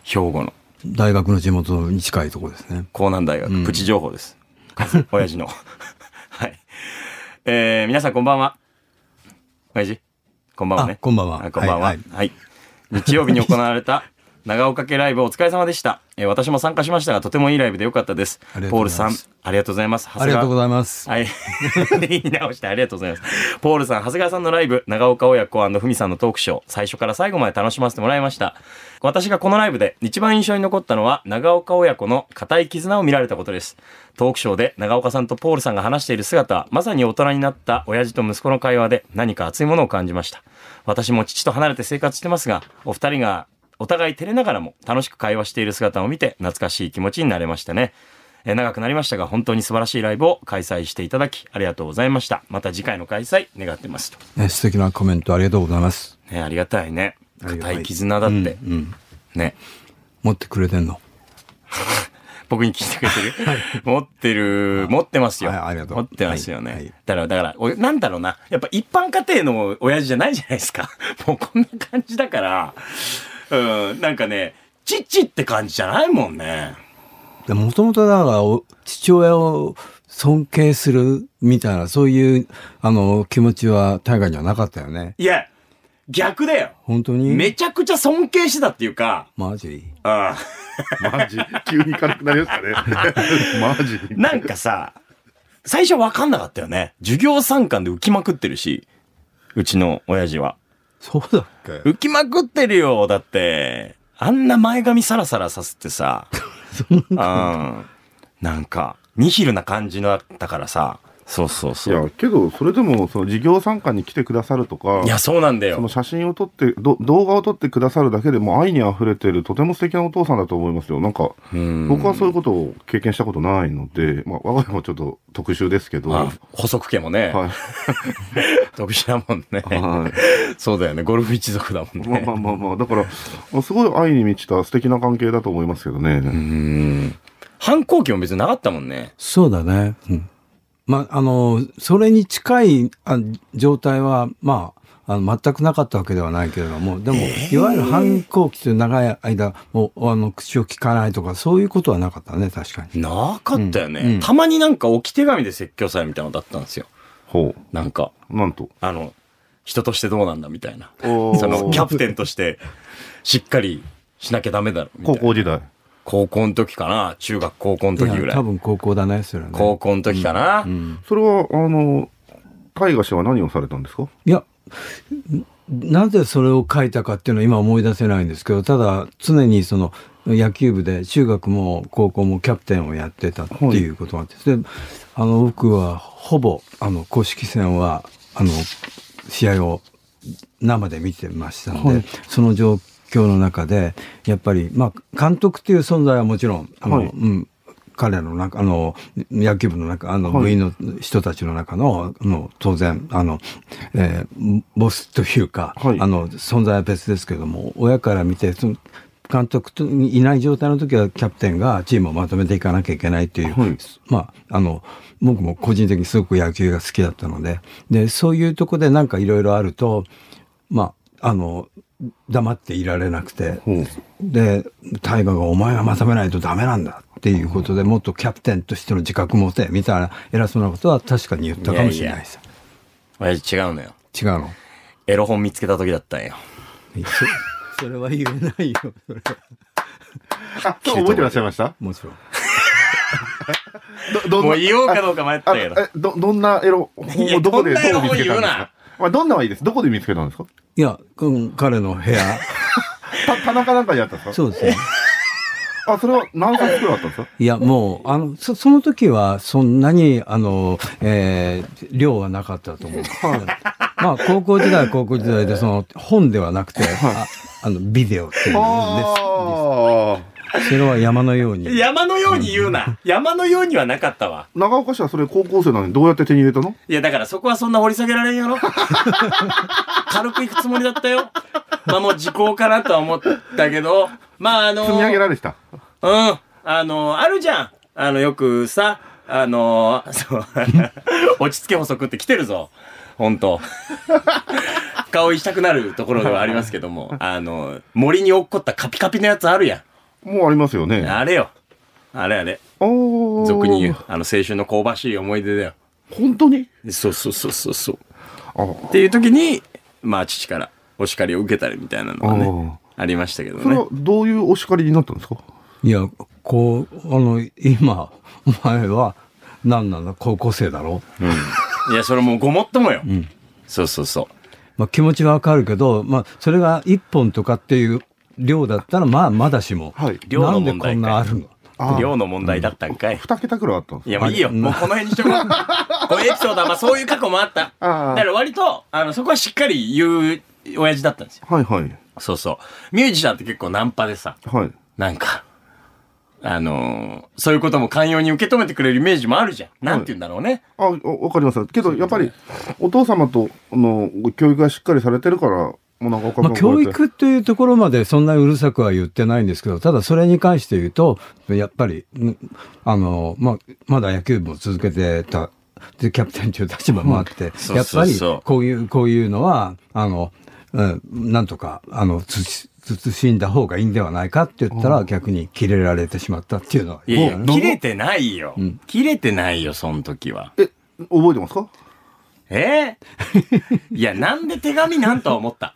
S3: 兵庫の。
S5: 大学の地元に近いところですね。
S3: 江南大学、プチ情報です。 親父の。 はい。えー皆さんこんばんは。親父、こんばんはね
S5: あ。こんばんは
S3: あこんばんは。は
S5: はいい、
S3: 日曜日に行われた 長岡家ライブお疲れ様でした。えー私も参加しましたが、とてもいいライブでよかったです。
S5: ありがと
S3: ポー
S5: うご
S3: ル
S5: ざい
S3: さ
S5: ま
S3: ん
S5: す、
S3: ありがとうございます。
S5: ありがとうご
S3: います
S5: ざいます。
S3: はい。言い 直してありがとうございます。ポールさん、長谷川さんのライブ、長岡親子ふみさんのトークショー、最初から最後まで楽しませてもらいました。私がこのライブで一番印象に残ったのは、長岡親子の固い絆を見られたことです。トークショーで長岡さんとポールさんが話している姿は、まさに大人になった親父と息子の会話で何か熱いものを感じました。私も父と離れて生活してますが、お二人がお互い照れながらも楽しく会話している姿を見て懐かしい気持ちになれましたね。えー長くなりましたが本当に素晴らしいライブを開催していただきありがとうございましたまた次回の開催願ってますと、
S5: ね、素敵なコメントありがとうございます。
S3: ね、ありがたいね
S5: ありが
S3: 固
S5: た
S3: い
S5: い
S3: 絆だって、
S5: うんうん
S3: ね
S5: 持ってくれてんの。
S3: 僕に聞いてくれて る、持ってる持ってますよ、
S5: はいありがとう
S3: 持ってますよね、
S5: はいはい
S3: だからだからおなんだろうなやっぱ一般家庭の親父じゃないじゃないですか もうこんな感じだからうんなんかねチッチって感じじゃないもんね
S5: でもともとだからお、父親を尊敬するみたいな、そういう、あの、気持ちは大河にはなかったよね。
S3: いや逆だよ
S5: 本当に
S3: めちゃくちゃ尊敬してたっていうか、
S5: マジ
S3: うん
S4: マジ。急に軽くなりまし たね。マジ。
S3: なんかさ、最初わかんなかったよね。授業参観で浮きまくってるし、うちの親父は。
S5: そうだっけ
S3: 浮きまくってるよ、だって。あんな前髪サラサラさせてさ。 うん。なんか、ニヒルな感じのだったからさ。そうそう
S4: い
S3: そ
S4: や
S3: う。、
S4: けど、それでも、その事業参加に来てくださるとか
S3: い、や、そうなんだ
S4: そ
S3: よ
S4: の。写真を撮って、ど動画を撮ってくださるだけでもう愛に溢れてる、とても素敵なお父さんだと思いますよ。なんか、
S3: うん
S4: 僕はそういうことを経験したことないので、まあ、我が家もちょっと特殊ですけど、
S3: あ
S4: は
S3: 補足家もね、
S4: い。は
S3: 特殊だもんね。
S4: い。
S3: そうだよね。ゴルフ一族だもん
S4: まあまあ
S3: ね。
S4: まあまあ、だから、すごい愛に満ちた素敵な関係だと思いますけどね。
S3: うん。反抗期も別になかったもんね。
S5: そうだね。うん。まあ、あの、それに近いあ状態は、まあ、あの全くなかったわけではないけれども、でも、いわゆる反抗期という長い間、もう、あの、口を聞かないとか、そういうことはなかったね、確かに。
S3: なかったよね、
S5: うんうん
S3: たまになんか置き手紙で説教されみたいなのだったんですよ。
S4: ほ
S3: なんか、
S4: う。なんと。
S3: あの、人としてどうなんだみたいな。
S4: おー
S3: そのキャプテンとして、しっかりしなきゃダメだろみたい
S4: 高
S3: な。
S4: 校時代。
S3: 高校の時かな中学高校の時ぐ
S5: いや
S3: らい。
S5: 多分高校だね、それはね。
S3: 高校の時かな、
S5: うん
S4: それは、あの、タイガ氏は何をされたんですか
S5: いや、んなぜそれを書いたかっていうのは今思い出せないんですけど、ただ常にその野球部で中学も高校もキャプテンをやってたっていうことがあって、であの僕はほぼあの公式戦はあの試合を生で見てましたので、その状況の中で、やっぱり、まあ、監督っていう存在はもちろん、あの、
S4: はい
S5: うん。彼らの中、あの、野球部の中、あの、
S4: はい
S5: 部員の人たちの中の、あの、当然、あの、えーボスというか、
S4: はい
S5: あの、存在は別ですけども、親から見て、その、監督といない状態の時はキャプテンがチームをまとめていかなきゃいけないっていう、
S4: はい
S5: まあ、あの、僕も個人的にすごく野球が好きだったので、で、そういうとこでなんかいろいろあると、まあ、あの、黙っていられなくて、
S4: ほう
S5: で、大河がお前がまとめないとダメなんだっていうことで、もっとキャプテンとしての自覚持て、みたいな偉そうなことは確かに言ったかもしれないです。
S3: 親父違うのよ。
S5: 違うの
S3: エロ本見つけた時だったんよ。
S5: そ それは言えないよ、それは
S4: あ、そう覚えてらっしゃいました
S5: もちろん。
S4: ど、どんな
S3: もう言おうかどうか迷ったけど
S4: ああえど、どんなエロ本
S3: いや
S4: をどこで、
S3: どんなエロ
S4: どう見つ
S3: 本
S4: けた
S3: 言
S4: ん
S3: う
S4: です
S3: な
S4: かまあ、どんなはいいです。どこで見つけたんですか
S5: いや、うん彼の部屋、
S4: た棚かなんかにあったんですか
S5: そうですね。
S4: あ、それは何冊くらいあったんですか
S5: いや、もう、あの、そ、その時は、そんなに、あの、えー量はなかったと思う。まあ、高校時代は高校時代で、その、本ではなくて、ああの、ビデオっていうんで
S4: あ
S5: す。それは山のように。
S3: 山のように言うな。山のようにはなかったわ。
S4: あ。長岡市はそれ高校生なのにどうやって手に入れたの
S3: いや、だからそこはそんな掘り下げられん やろ。軽く行くつもりだったよ。まあもう時効かなとは思ったけど、まああの、
S4: 積み上げられてた。
S3: うん。あの、あるじゃん。あの、よくさ、あの、そう、 落ち着け補足って来てるぞ。ほん と。顔いしたくなるところではありますけども、あの、森に落っこったカピカピのやつあるや
S4: もうありますよね
S3: ん。。あれよ。あれあれ。
S4: おー
S3: 俗に言う。あの、青春の香ばしい思い出だよ。
S4: 本当に
S3: そうそうそうそうそう。
S4: あー
S3: っていう時に、まあ父からお叱りを受けたりみたいなのはね、ありましたけど
S4: それ
S3: ね
S4: は。どういうお叱りになったんですか
S5: いや、こう、あの、今、お前は、何なんだ、高校生だろ
S3: いや、それもうごもっともよ。そうそうそう。
S5: まあ、気持ちはわかるけど、まあ、それが一本とかっていう量だったら、まあ、まだしも。
S4: はい
S3: 量の問
S5: なんでこ
S3: 題
S5: んな
S3: か
S5: あ
S3: い
S5: るの
S4: あー
S3: 量の問題だったんかい。
S4: 二桁くらいあったんです
S3: いや、もういいよ。
S5: はい
S3: もうこの辺にしてもらう。 こういうエピソードは、まあそういう過去もあった。だ
S4: ああ
S3: から割と、あの、そこはしっかり言う親父だったんですよ。
S4: かはいはい。
S3: そうそう。ミュージシャンって結構ナンパでさ、
S4: はい。
S3: なんか、あのーそういうことも寛容に受け止めてくれるイメージもあるじゃん。なんて言うんだろうね。
S4: あ、わわかります。けど、やっぱり、お父様との教育がしっかりされてるから、もう長岡君
S5: まあ、
S4: も
S5: 教育というところまでそんなにうるさくは言ってないんですけど、ただそれに関して言うと、やっぱり、んあの、まあ、まだ野球部も続けてた、で、キャプテンという立場もあって、
S3: そう
S5: やっぱ
S3: そう
S5: り
S3: そう、
S5: こういう、こういうのは、あの、うん、なんとか、あの、つつ慎んだ方がいいんではないかって言ったら、逆にキレられてしまったっていうのは。
S3: いやい
S4: も
S3: や、
S4: う
S3: 切れてないよ。切れてないよ、その時は。
S4: え、覚えてますか
S3: え ーいや、なんで手紙なんとは思った。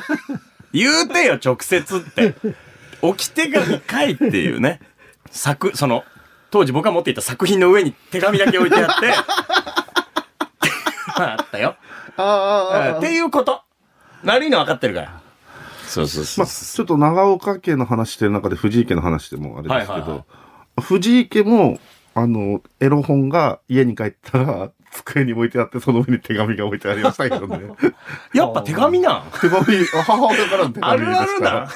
S3: 言うてよ、直接って。置き手紙かいっていうね。作、その、当時僕が持っていた作品の上に手紙だけ置いてあって。 あったよ。うんっていうこと。悪いの分かってるから。そうそうそ
S4: まあ、ちょっと長岡家の話してる中で藤井家の話でもあれですけど、
S3: はいはいは
S4: 藤井家も、あの、エロ本が家に帰ったら、机に置いてあって、その上に手紙が置いてありましたけ どね。
S3: やっぱ手紙なん。
S4: 手紙、母親からの手
S3: あ
S4: 紙で
S3: る
S4: す
S3: ある
S4: か
S3: な
S4: ら。。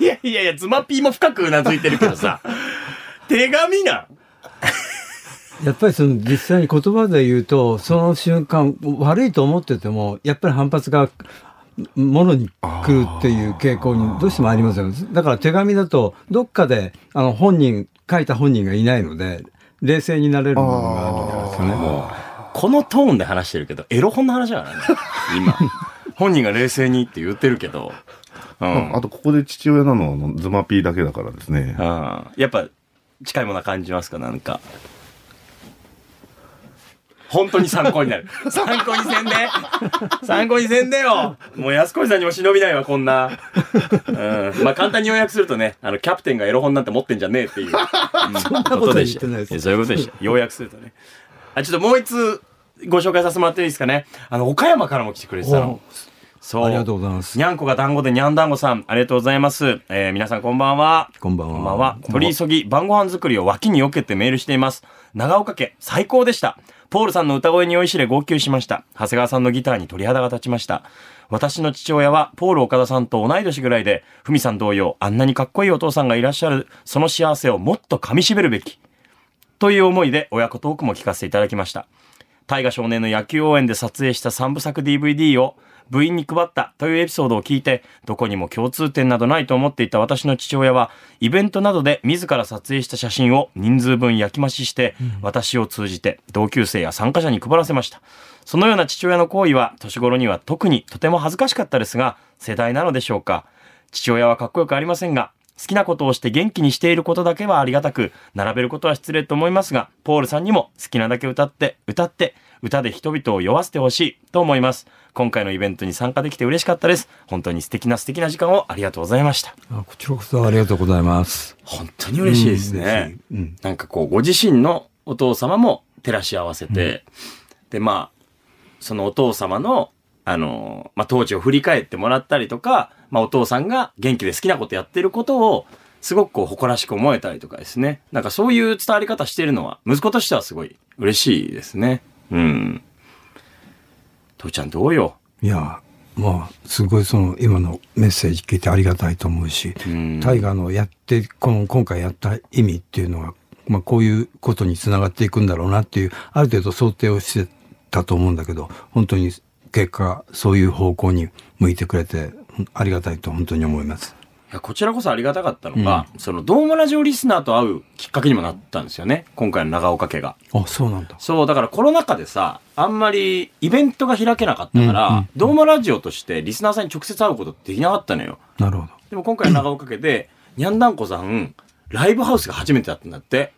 S3: いやいやいや、ズマピーも深くうなずいてるけどさ。手紙なん。
S5: やっぱりその実際に言葉で言うと、その瞬間、悪いと思ってても、やっぱり反発が、ものに来るっていう傾向にどうしてもありますよね。だから手紙だと、どっかで、あの、本人、書いた本人がいないので、冷静になれる部分があるからですよね。
S3: このトーンで話してるけど、エロ本の話だからね。今。本人が冷静にって言ってるけど。うん。
S4: うんあと、ここで父親なのはあのズマピーだけだからですね。
S3: うんやっぱ、近いものは感じますかなんか。本当に参考にな る。参考にせんで。参考にせんでよ。もう安越さんにも忍びないわ、こんな。うん。まあ簡単に要約するとね、あの、キャプテンがエロ本なんて持ってんじゃねえって いう。そんな
S5: ことは言ってないです
S3: そういうことでした。要約するとね。あ、ちょっともう一通ご紹介させてもらっていいですかね。あの、岡山からも来てくれてたの。そう。
S5: ありがとうございます
S3: にゃんこが団子でにゃん団子さん、ありがとうございます。えー皆さんこんばんは。
S5: こんばんは
S3: こんばんは。取り急ぎ晩ご飯作りを脇に避けてメールしています。長岡家、最高でした。ポールさんの歌声に酔いしれ号泣しました。長谷川さんのギターに鳥肌が立ちました。私の父親は、ポール岡田さんと同い年ぐらいで、ふみさん同様、あんなにかっこいいお父さんがいらっしゃる、その幸せをもっと噛み締めるべき。という思いで親子トークも聞かせていただきました。大河少年の野球応援で撮影した3部作 DVD を部員に配ったというエピソードを聞いて、どこにも共通点などないと思っていた私の父親は、イベントなどで自ら撮影した写真を人数分焼き増しして、私を通じて同級生や参加者に配らせました。そのような父親の行為は、年頃には特にとても恥ずかしかったですが、世代なのでしょうか。父親はかっこよくありませんが、好きなことをして元気にしていることだけはありがたく、並べることは失礼と思いますが、ポールさんにも好きなだけ歌って、歌って、歌で人々を酔わせてほしいと思います。今回のイベントに参加できて嬉しかったです。本当に素敵な素敵な時間をありがとうございました。
S5: あこちらこそありがとうございます。
S3: 本当に嬉しいですね。なんかこう、ご自身のお父様も照らし合わせて、で、まあ、そのお父様の、あの、まあ、当時を振り返ってもらったりとか、まあ、お父さんが元気で好きなことやってることを、すごくこう、誇らしく思えたりとかですね。なんかそういう伝わり方してるのは、息子としてはすごい嬉しいですね。うん。父ちゃんどうよ。
S5: いや、まあ、すごいその今のメッセージ聞いてありがたいと思うし、
S3: ん
S5: タイガーのやって、この今回やった意味っていうのは、まあこういうことにつながっていくんだろうなっていう、ある程度想定をしてたと思うんだけど、本当に結果、そういう方向に向いてくれて、ほんありがたいと本当に思います。
S3: いやこちらこそありがたかったのが、その、ドームラジオリスナーと会うきっかけにもなったんですよね。今回の長岡家が。
S5: あ、そうなんだ。
S3: そう、だからコロナ禍でさ、あんまりイベントが開けなかったから、
S5: うんうん
S3: ドームラジオとしてリスナーさんに直接会うことできなかったのよ。
S5: なるほど。
S3: でも今回長岡家で、にゃんだんこさん、ライブハウスが初めてだったんだって。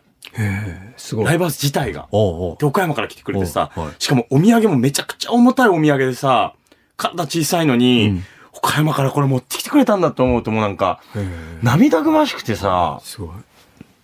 S5: すご
S3: ライ
S5: い。
S3: ブハウス自体が。
S5: おうおう
S3: で、岡山から来てくれてさ
S5: おはい、
S3: しかもお土産もめちゃくちゃ重たいお土産でさ、体小さいのに、
S5: うん
S3: 岡山からこれ持ってきてくれたんだと思うともうなんか、
S5: へえ
S3: 涙ぐましくてさ、
S5: すごい。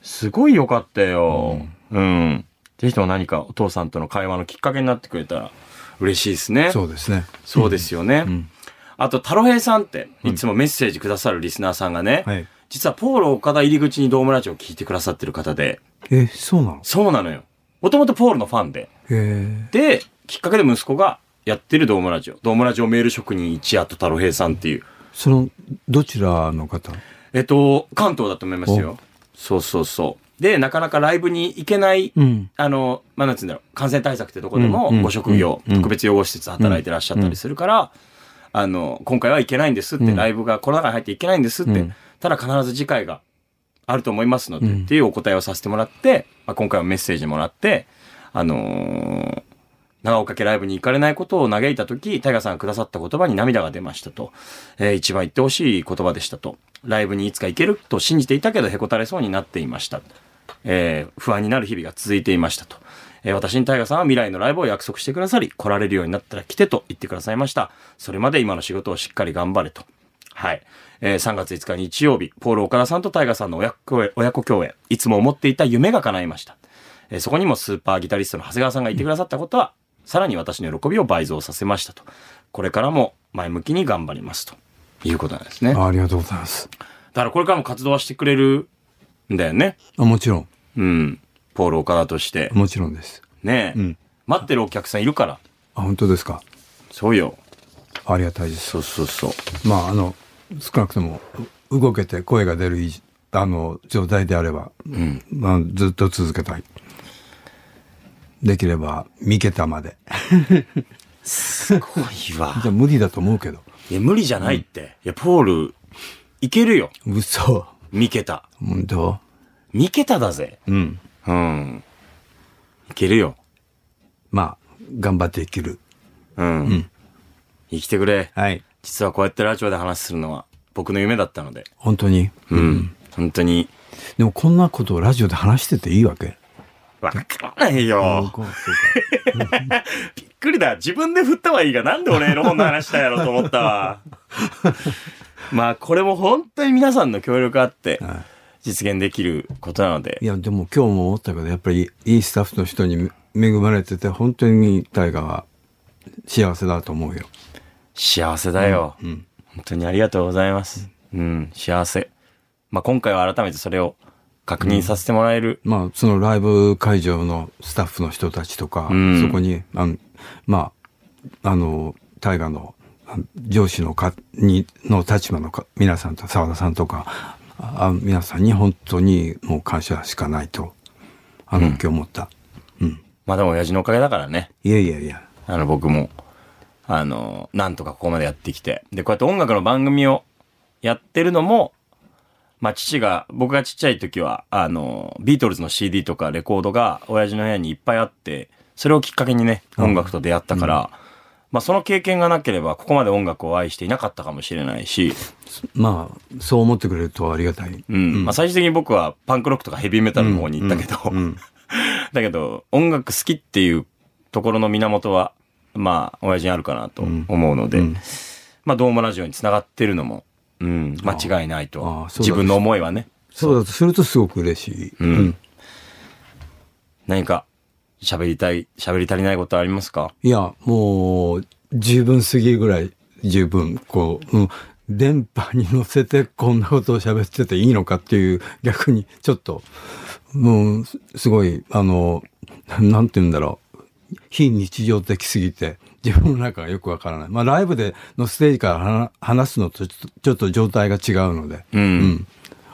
S3: すごい良かったよ。うん。ぜひとも何かお父さんとの会話のきっかけになってくれたら嬉しいですね。
S5: そうですね。
S3: そうですよね。
S5: ん
S3: あと、太郎平さんって、いつもメッセージくださるリスナーさんがね、
S5: はい。
S3: 実はポール岡田入り口にドームラジオを聞いてくださってる方で、
S5: え、そうなの
S3: そうなのよ。もともとポールのファンで。
S5: へ
S3: で、きっかけで息子がやってるドームラジオ。ドームラジオメール職人一夜と太郎平さんっていう。
S5: え。その、どちらの方
S3: えっと、関東だと思いますよ。そうそうそう。で、なかなかライブに行けない、
S5: うん。
S3: あの、まあ、なんつうんだろう、感染対策ってどこでも
S5: うんうん
S3: ご職業、
S5: うん
S3: 特別養護施設働いてらっしゃったりするから、あの、今回は行けないんですって、
S5: うん
S3: ライブがコロナ禍に入って行けないんですって、
S5: うん
S3: ただ必ず次回があると思いますので、
S5: うん
S3: っていうお答えをさせてもらって、まあ、今回はメッセージもらって、あのー長岡家ライブに行かれないことを嘆いたとき、タイガさんがくださった言葉に涙が出ましたと。えー一番言ってほしい言葉でしたと。ライブにいつか行けると信じていたけど、へこたれそうになっていました。えー不安になる日々が続いていましたと。えー私にタイガさんは未来のライブを約束してくださり、来られるようになったら来てと言ってくださいました。それまで今の仕事をしっかり頑張れと。はい。えー3月5日日曜日、ポール岡田さんとタイガさんの親子共親子共演、いつも思っていた夢が叶いました。えーそこにもスーパーギタリストの長谷川さんがいてくださったことは、さらに私の喜びを倍増させましたと。これからも前向きに頑張りますということなんですね。だ
S5: あありがとうございます。
S3: からこれからも活動はしてくれるんだよね。
S5: あもちろん、
S3: うん。ポール岡田として。
S5: もちろんです。
S3: ねえ、
S5: うん
S3: 待ってるお客さんいるから。
S5: あ、本当ですか。
S3: そうよ。
S5: ありがたいです。
S3: そうそうそう。
S5: まあ、あの、少なくとも、う動けて声が出るい、あの、状態であれば、まあ、ずっと続けたい。できれば、三桁まで。
S3: 来いわ。
S5: じゃあ無理だと思うけど。
S3: いや、無理じゃないって。いや、ポール、いけるよ。
S5: 嘘。
S3: 三桁。
S5: 本当
S3: 三桁だぜ。
S5: うん。
S3: うん。いけるよ。
S5: まあ、頑張って生きる。
S3: うん。生きてくれ。
S5: はい。
S3: 実はこうやってラジオで話するのは僕の夢だったので。
S5: 本当に。
S3: うん。本当に。
S5: でも、こんなことをラジオで話してていいわけ
S3: わかんないよ。
S5: こう
S3: びっくりだ。自分で振ったはいいが、なんで俺エロ本の話したんやろうと思った わ。まあ、これも本当に皆さんの協力あって
S5: はい、
S3: 実現できることなので
S5: い。や、でも今日も思ったけど、やっぱりいいスタッフの人に恵まれてて、本当に大河は幸せだと思うよ。
S3: 幸せだよ、
S5: ん
S3: 本当にありがとうございます。うん、幸せ。まあ、今回は改めてそれを確認させてもらえる。
S5: まあ、そのライブ会場のスタッフの人たちとか、
S3: うん
S5: そこに、あの、まあ、あの、大河のあの上司のか、に、の立場のか皆さんと、澤田さんとか、あ皆さんに本当にもう感謝しかないと、あの、今日思った。
S3: まあでも親父のおかげだからね。
S5: いやいやいや。
S3: あの、僕も、あの、なんとかここまでやってきて。で、こうやって音楽の番組をやってるのも、まあ、父が、僕がちっちゃい時は、あの、ビートルズの CD とかレコードが、親父の部屋にいっぱいあって、それをきっかけにね、音楽と出会ったから、まあ、その経験がなければ、ここまで音楽を愛していなかったかもしれないし、
S5: まあ、そう思ってくれるとありがたい。
S3: うん。まあ、最終的に僕はパンクロックとかヘビーメタルの方に行ったけど、 だけど、音楽好きっていうところの源は、まあ、親父にあるかなと思うので、まあ、ドームラジオにつながってるのも、うん、間違いない
S5: あ
S3: と
S5: あ。そうだ
S3: 自分の思いはね。
S5: そうだとするとすごく嬉しい。
S3: うん。何か、喋りたい、喋り足りないことありますか
S5: いや、もう、十分すぎるぐらい、十分、こう、うん、電波に乗せてこんなことを喋ってていいのかっていう、逆に、ちょっと、もう、すすごい、あの、ななんて言うんだろう。非日常的すぎて、自分の中がよくわからない。まあ、ライブでのステージから話話すのとちょっとちょっと状態が違うので。
S3: うん。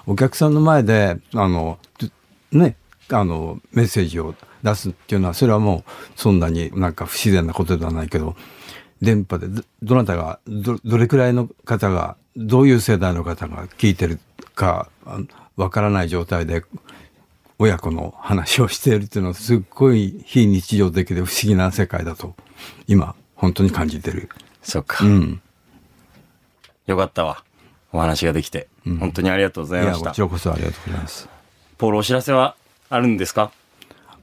S5: お客さんの前で、あの、ちょね、あの、メッセージを出すっていうのは、それはもう、そんなになんか不自然なことではないけど、電波でど、どなたが、ど、どれくらいの方が、どういう世代の方が聞いてるか、あのわからない状態で、親子の話をしているっていうのは、すっごい非日常的で不思議な世界だと、今、本当に感じてる。
S3: そっか、
S5: うん。
S3: よかったわ。お話ができて。本当にありがとうご
S5: い
S3: ざいま
S5: や、
S3: し
S5: こ
S3: た
S5: ち。らこそありがとうございます。
S3: ポール、お知らせはあるんですか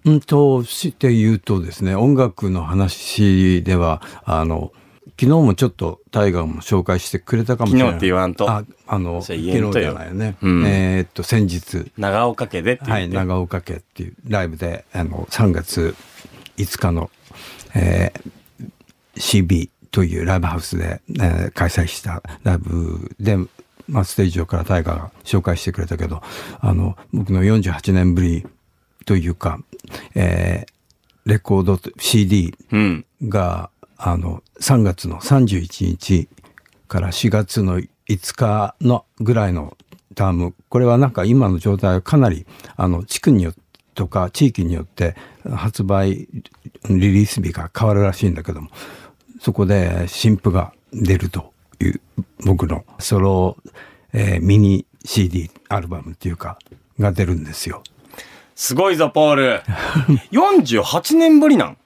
S5: うんと、して言うとですね、音楽の話では、あの、昨日もちょっと大河も紹介してくれたかもしれない。
S3: 昨日って言わんと
S5: あ、あの、
S3: そ
S5: 昨
S3: れ
S5: 日
S3: 言えんと
S5: じ
S3: よ
S5: ゃないよね。
S3: うん
S5: えーっと、先日、
S3: 長岡家でって言って。
S5: はい、長岡家っていうライブで、あの、3月5日の、えー CB というライブハウスで、えー開催したライブで、まあ、ステージ上から大河が紹介してくれたけど、あの、僕の48年ぶりというか、えーレコードと CD
S3: うん。
S5: が、あの、3月の31日から4月の5日のぐらいのターム、これはなんか今の状態はかなり、あの、地区によって、とか地域によって発売リリース日が変わるらしいんだけどもそこで新譜が出るという僕のソロ、えーミニ CD アルバムっていうかが出るんですよ。
S3: すごいぞ、ポー ル。48年ぶりなん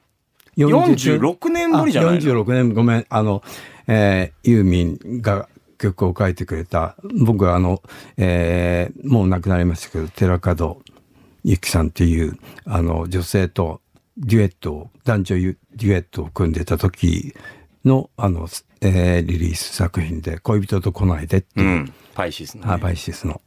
S3: 46年ぶりじゃないの
S5: あ46年、ごめん。あの、えーユーミンが曲を書いてくれた、僕はあの、えーもう亡くなりましたけど、寺門ゆきさんっていう、あの、女性とデュエットを、男女デュエットを組んでた時の、あの、えーリリース作品で、恋人と来ないでって
S3: う
S5: いう、
S3: ん。パイシスの、
S5: ハーバイシスの。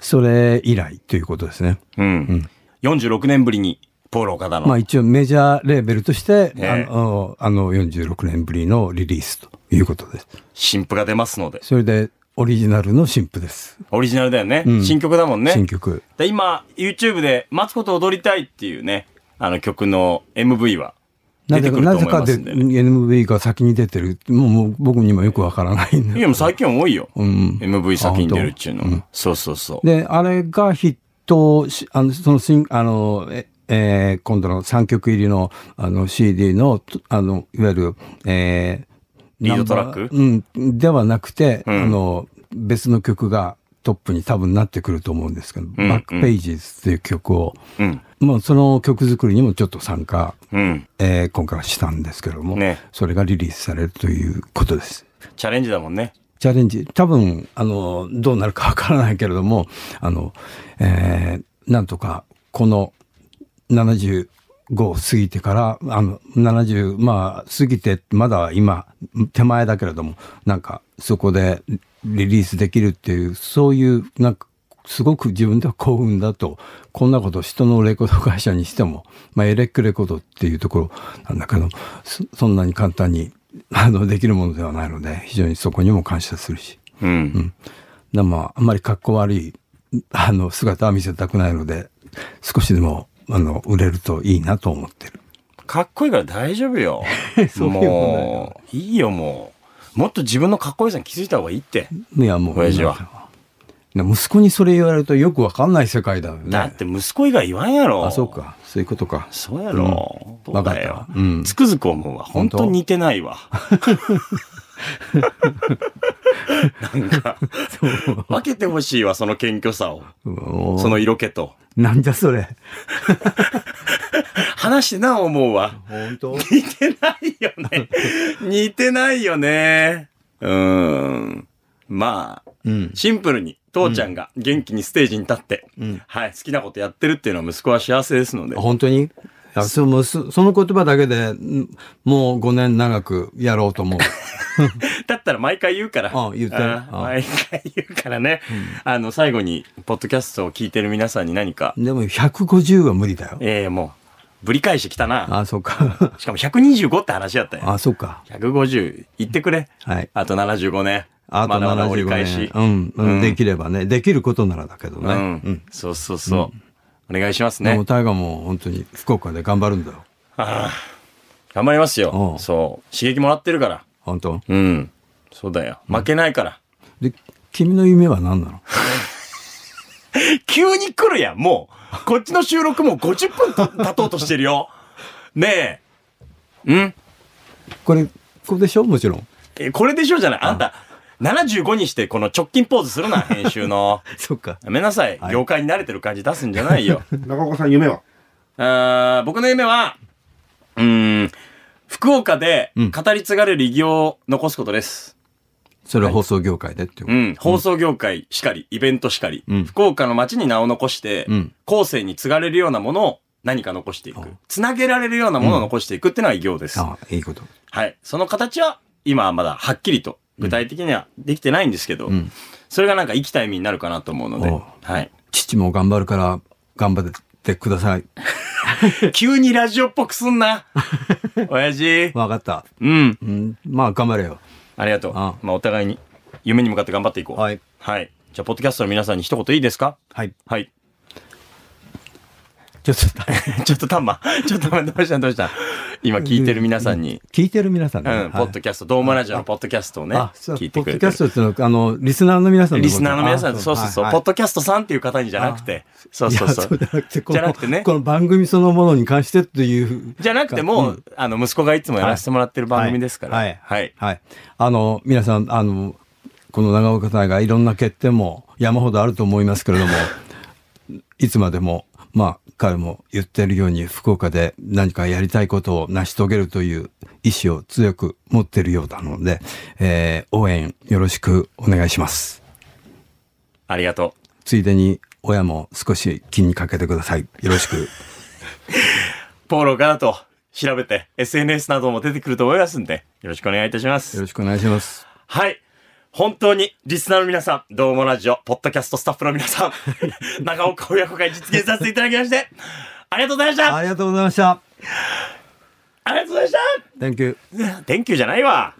S5: それ以来ということですね。
S3: うん。46年ぶりに、ポール岡田の。
S5: まあ一応メジャーレーベルとして、
S3: ね
S5: あの、あの46年ぶりのリリースということです。
S3: 新譜が出ますので。
S5: それで、オリジナルの新譜です。
S3: オリジナルだよね。
S5: うん
S3: 新曲だもんね。
S5: 新曲。
S3: で今、YouTube で、待つこと踊りたいっていうね、あの曲の MV は、
S5: な
S3: 出て
S5: ぜ
S3: く
S5: か、
S3: ると
S5: な
S3: 思
S5: ぜ
S3: い
S5: か
S3: ます
S5: で、
S3: んでね。
S5: NMV が先に出てる。もう、もう僕にもよくわからないん
S3: い
S5: で。
S3: や、もう最近多いよ。
S5: ん
S3: MV 先に出るっちゅうの、
S5: あ本当うん
S3: そうそうそう。
S5: で、あれがヒットし、あの、その新、あの、ええー今度の3曲入りの、あの、CD の、とあの、いわゆる、えー、
S3: リードトラック
S5: ナンバーうん、ではなくて、
S3: ん
S5: あの、別の曲がトップに多分なってくると思うんですけど、
S3: うん
S5: バックページズっていう曲を、
S3: うん。
S5: もうその曲作りにもちょっと参加
S3: うん。
S5: えー今回はしたんですけども、
S3: ね
S5: それがリリースされるということです。
S3: チャレンジだもんね。
S5: チャレンジ、多分、あの、どうなるかわからないけれども、あの、えーなんとか、この75を過ぎてから、あの、70、まあ、過ぎて、まだ今、手前だけれども、なんか、そこでリリースできるっていう、そういう、なんか、すごく自分では幸運だと、こんなこと人のレコード会社にしても、まあ、エレックレコードっていうところなんだけど、そそんなに簡単に、あの、できるものではないので、非常にそこにも感謝するし。
S3: うん。
S5: だからまあ、あんまり格好悪いあの、姿は見せたくないので、少しでも、あの、売れるといいなと思ってる。
S3: かっこいいから大丈夫よ
S5: そういうことない
S3: もういいよもうもっと自分のかっこよさに気づいた方がいいって
S5: いや、もう。
S3: 親父は
S5: な息子にそれ言われるとよくわかんない世界だよね。
S3: だって息子以外言わんやろ
S5: あ、そうか。そういうことか。
S3: そうやろ、
S5: うん
S3: そうだよ
S5: わか、ったうん
S3: つくづく思うわ本
S5: 本当
S3: 当似てない わなんか分けてほしいわその謙虚さをそ
S5: そ
S3: の色気と
S5: なんじゃそれ。
S3: 話してな思うわ
S5: 本当
S3: 似てないよ ね似てないよねうーんまあ
S5: うん。
S3: シンプルに、父ちゃんが元気にステージに立って、
S5: うん
S3: はい、好きなことやってるっていうのは息子は幸せですので。
S5: 本当にあそうもうそその言葉だけで、んもう5年長くやろうと思う。
S3: だったら毎回言うから。
S5: あ言って
S3: あ
S5: あ
S3: 毎回言うからね。あの、最後に、ポッドキャストを聞いてる皆さんに何か、
S5: でも150は無理だよ。
S3: ええもう、ぶり返してきたな。
S5: あ、そうか。
S3: しかも125って話だったよ。
S5: あ、そうか。
S3: 150、言ってくれ。
S5: はい。
S3: あと75年。
S5: あと
S3: まだまだ折り
S5: 75
S3: 返し
S5: 年。。うん、うんできればね。できることならだけどね。
S3: う
S5: うん
S3: ん。。そうそうそう。お願いします
S5: でも
S3: ね。
S5: 大河も本当に福岡で頑張るんだよ。
S3: 頑張ります
S5: う
S3: よ。
S5: ん
S3: そう。刺激もらってるから。
S5: 本当。
S3: うん。そうだよ。負けないから。
S5: で、君の夢は何なの
S3: 急に来るやん、もう。こっちの収録もう50分た経 とうとしてるよ。ねえ。ん
S5: これ、ここでしょもち ろん。
S3: えこれでしょうじゃない。あんた、75にしてこの直近ポーズするな、編集 の。
S5: そっか。
S3: やめなさい。
S5: はい
S3: 業界に慣れてる感じ出すんじゃない よ。
S4: 中岡さん、夢は
S3: あー僕の夢は、うーん、福岡で語り継がれる偉業を残すことです。
S5: それは放送業界でってこと。
S3: うん。放送業界しかり、イベントしかり、
S5: うん
S3: 福岡の街に名を残して、
S5: うん
S3: 後世に継がれるようなものを何か残していく
S5: うん。
S3: つなげられるようなものを残していくっていうのは偉業です。
S5: あいいこと。
S3: はい。その形は、今はまだはっきりと、具体的にはできてないんですけど、
S5: ん
S3: それがなんか生きた意味になるかなと思うの
S5: お
S3: で
S5: う、
S3: はい。
S5: 父も頑張るから、頑張ってください。
S3: 急にラジオっぽくすん な親父
S5: わかった。
S3: うん。
S5: うん、まあ、頑張れよ。
S3: ありがとう。
S5: あ
S3: まあ、お互いに、夢に向かって頑張っていこう。
S5: はい。
S3: はい。じゃあ、ポッドキャストの皆さんに一言いいですか
S5: はい。
S3: はい。
S5: ちょっと、
S3: ちょっとタンマ、ちょっとタンマ、どうしたどうした今聞いてる皆さんに、
S5: 聞いてる皆さん
S3: う
S5: ね
S3: ん、
S5: はい
S3: ポッドキャスト、ドームラジオのポッドキャストをね、
S5: あ、そう、
S3: 聞い
S5: ポ
S3: て
S5: ッ
S3: く
S5: ド
S3: れ
S5: キ
S3: て
S5: ャ
S3: る
S5: ス。トっていうのは、あの、リスナーの皆さんのこと
S3: リスナーの皆さん、
S5: あ
S3: そうそうそう、
S5: はい
S3: ポ
S5: は
S3: ッドキャストさんっていう方にじゃなくて、そう
S5: い
S3: そう
S5: いや
S3: そ
S5: そう
S3: う
S5: じゃ。なくて、こ
S3: じゃなくてね
S5: の、この番組そのものに関してっていう。
S3: じゃなくてもう、あの、息子がいつもやらせてもらってる番組ですから。
S5: はい。
S3: はい。
S5: はい。あの、皆さん、あの、この長岡大がいろんな欠点も山ほどあると思いますけれども、 いつまでも、まあ、彼も言ってるように、福岡で何かやりたいことを成し遂げるという意志を強く持ってるようなので、えー応援よろしくお願いします。
S3: ありがとう。
S5: ついでに、親も少し気にかけてください。よろしく。
S3: ポーロからと調べて、SNS なども出てくると思いますんで、よろしくお願いいたしま
S5: よ
S3: す
S5: ろ。しくお願いします。
S3: はい。本当に、リスナーの皆さん、どうもラジオ、ポッドキャストスタッフの皆さ ん、長岡親子会実現させていただきまして、ありがとうございました
S5: ありがとうございました。
S3: ありがとうございまし
S5: Thank you.
S3: た !Thank you じゃないわ。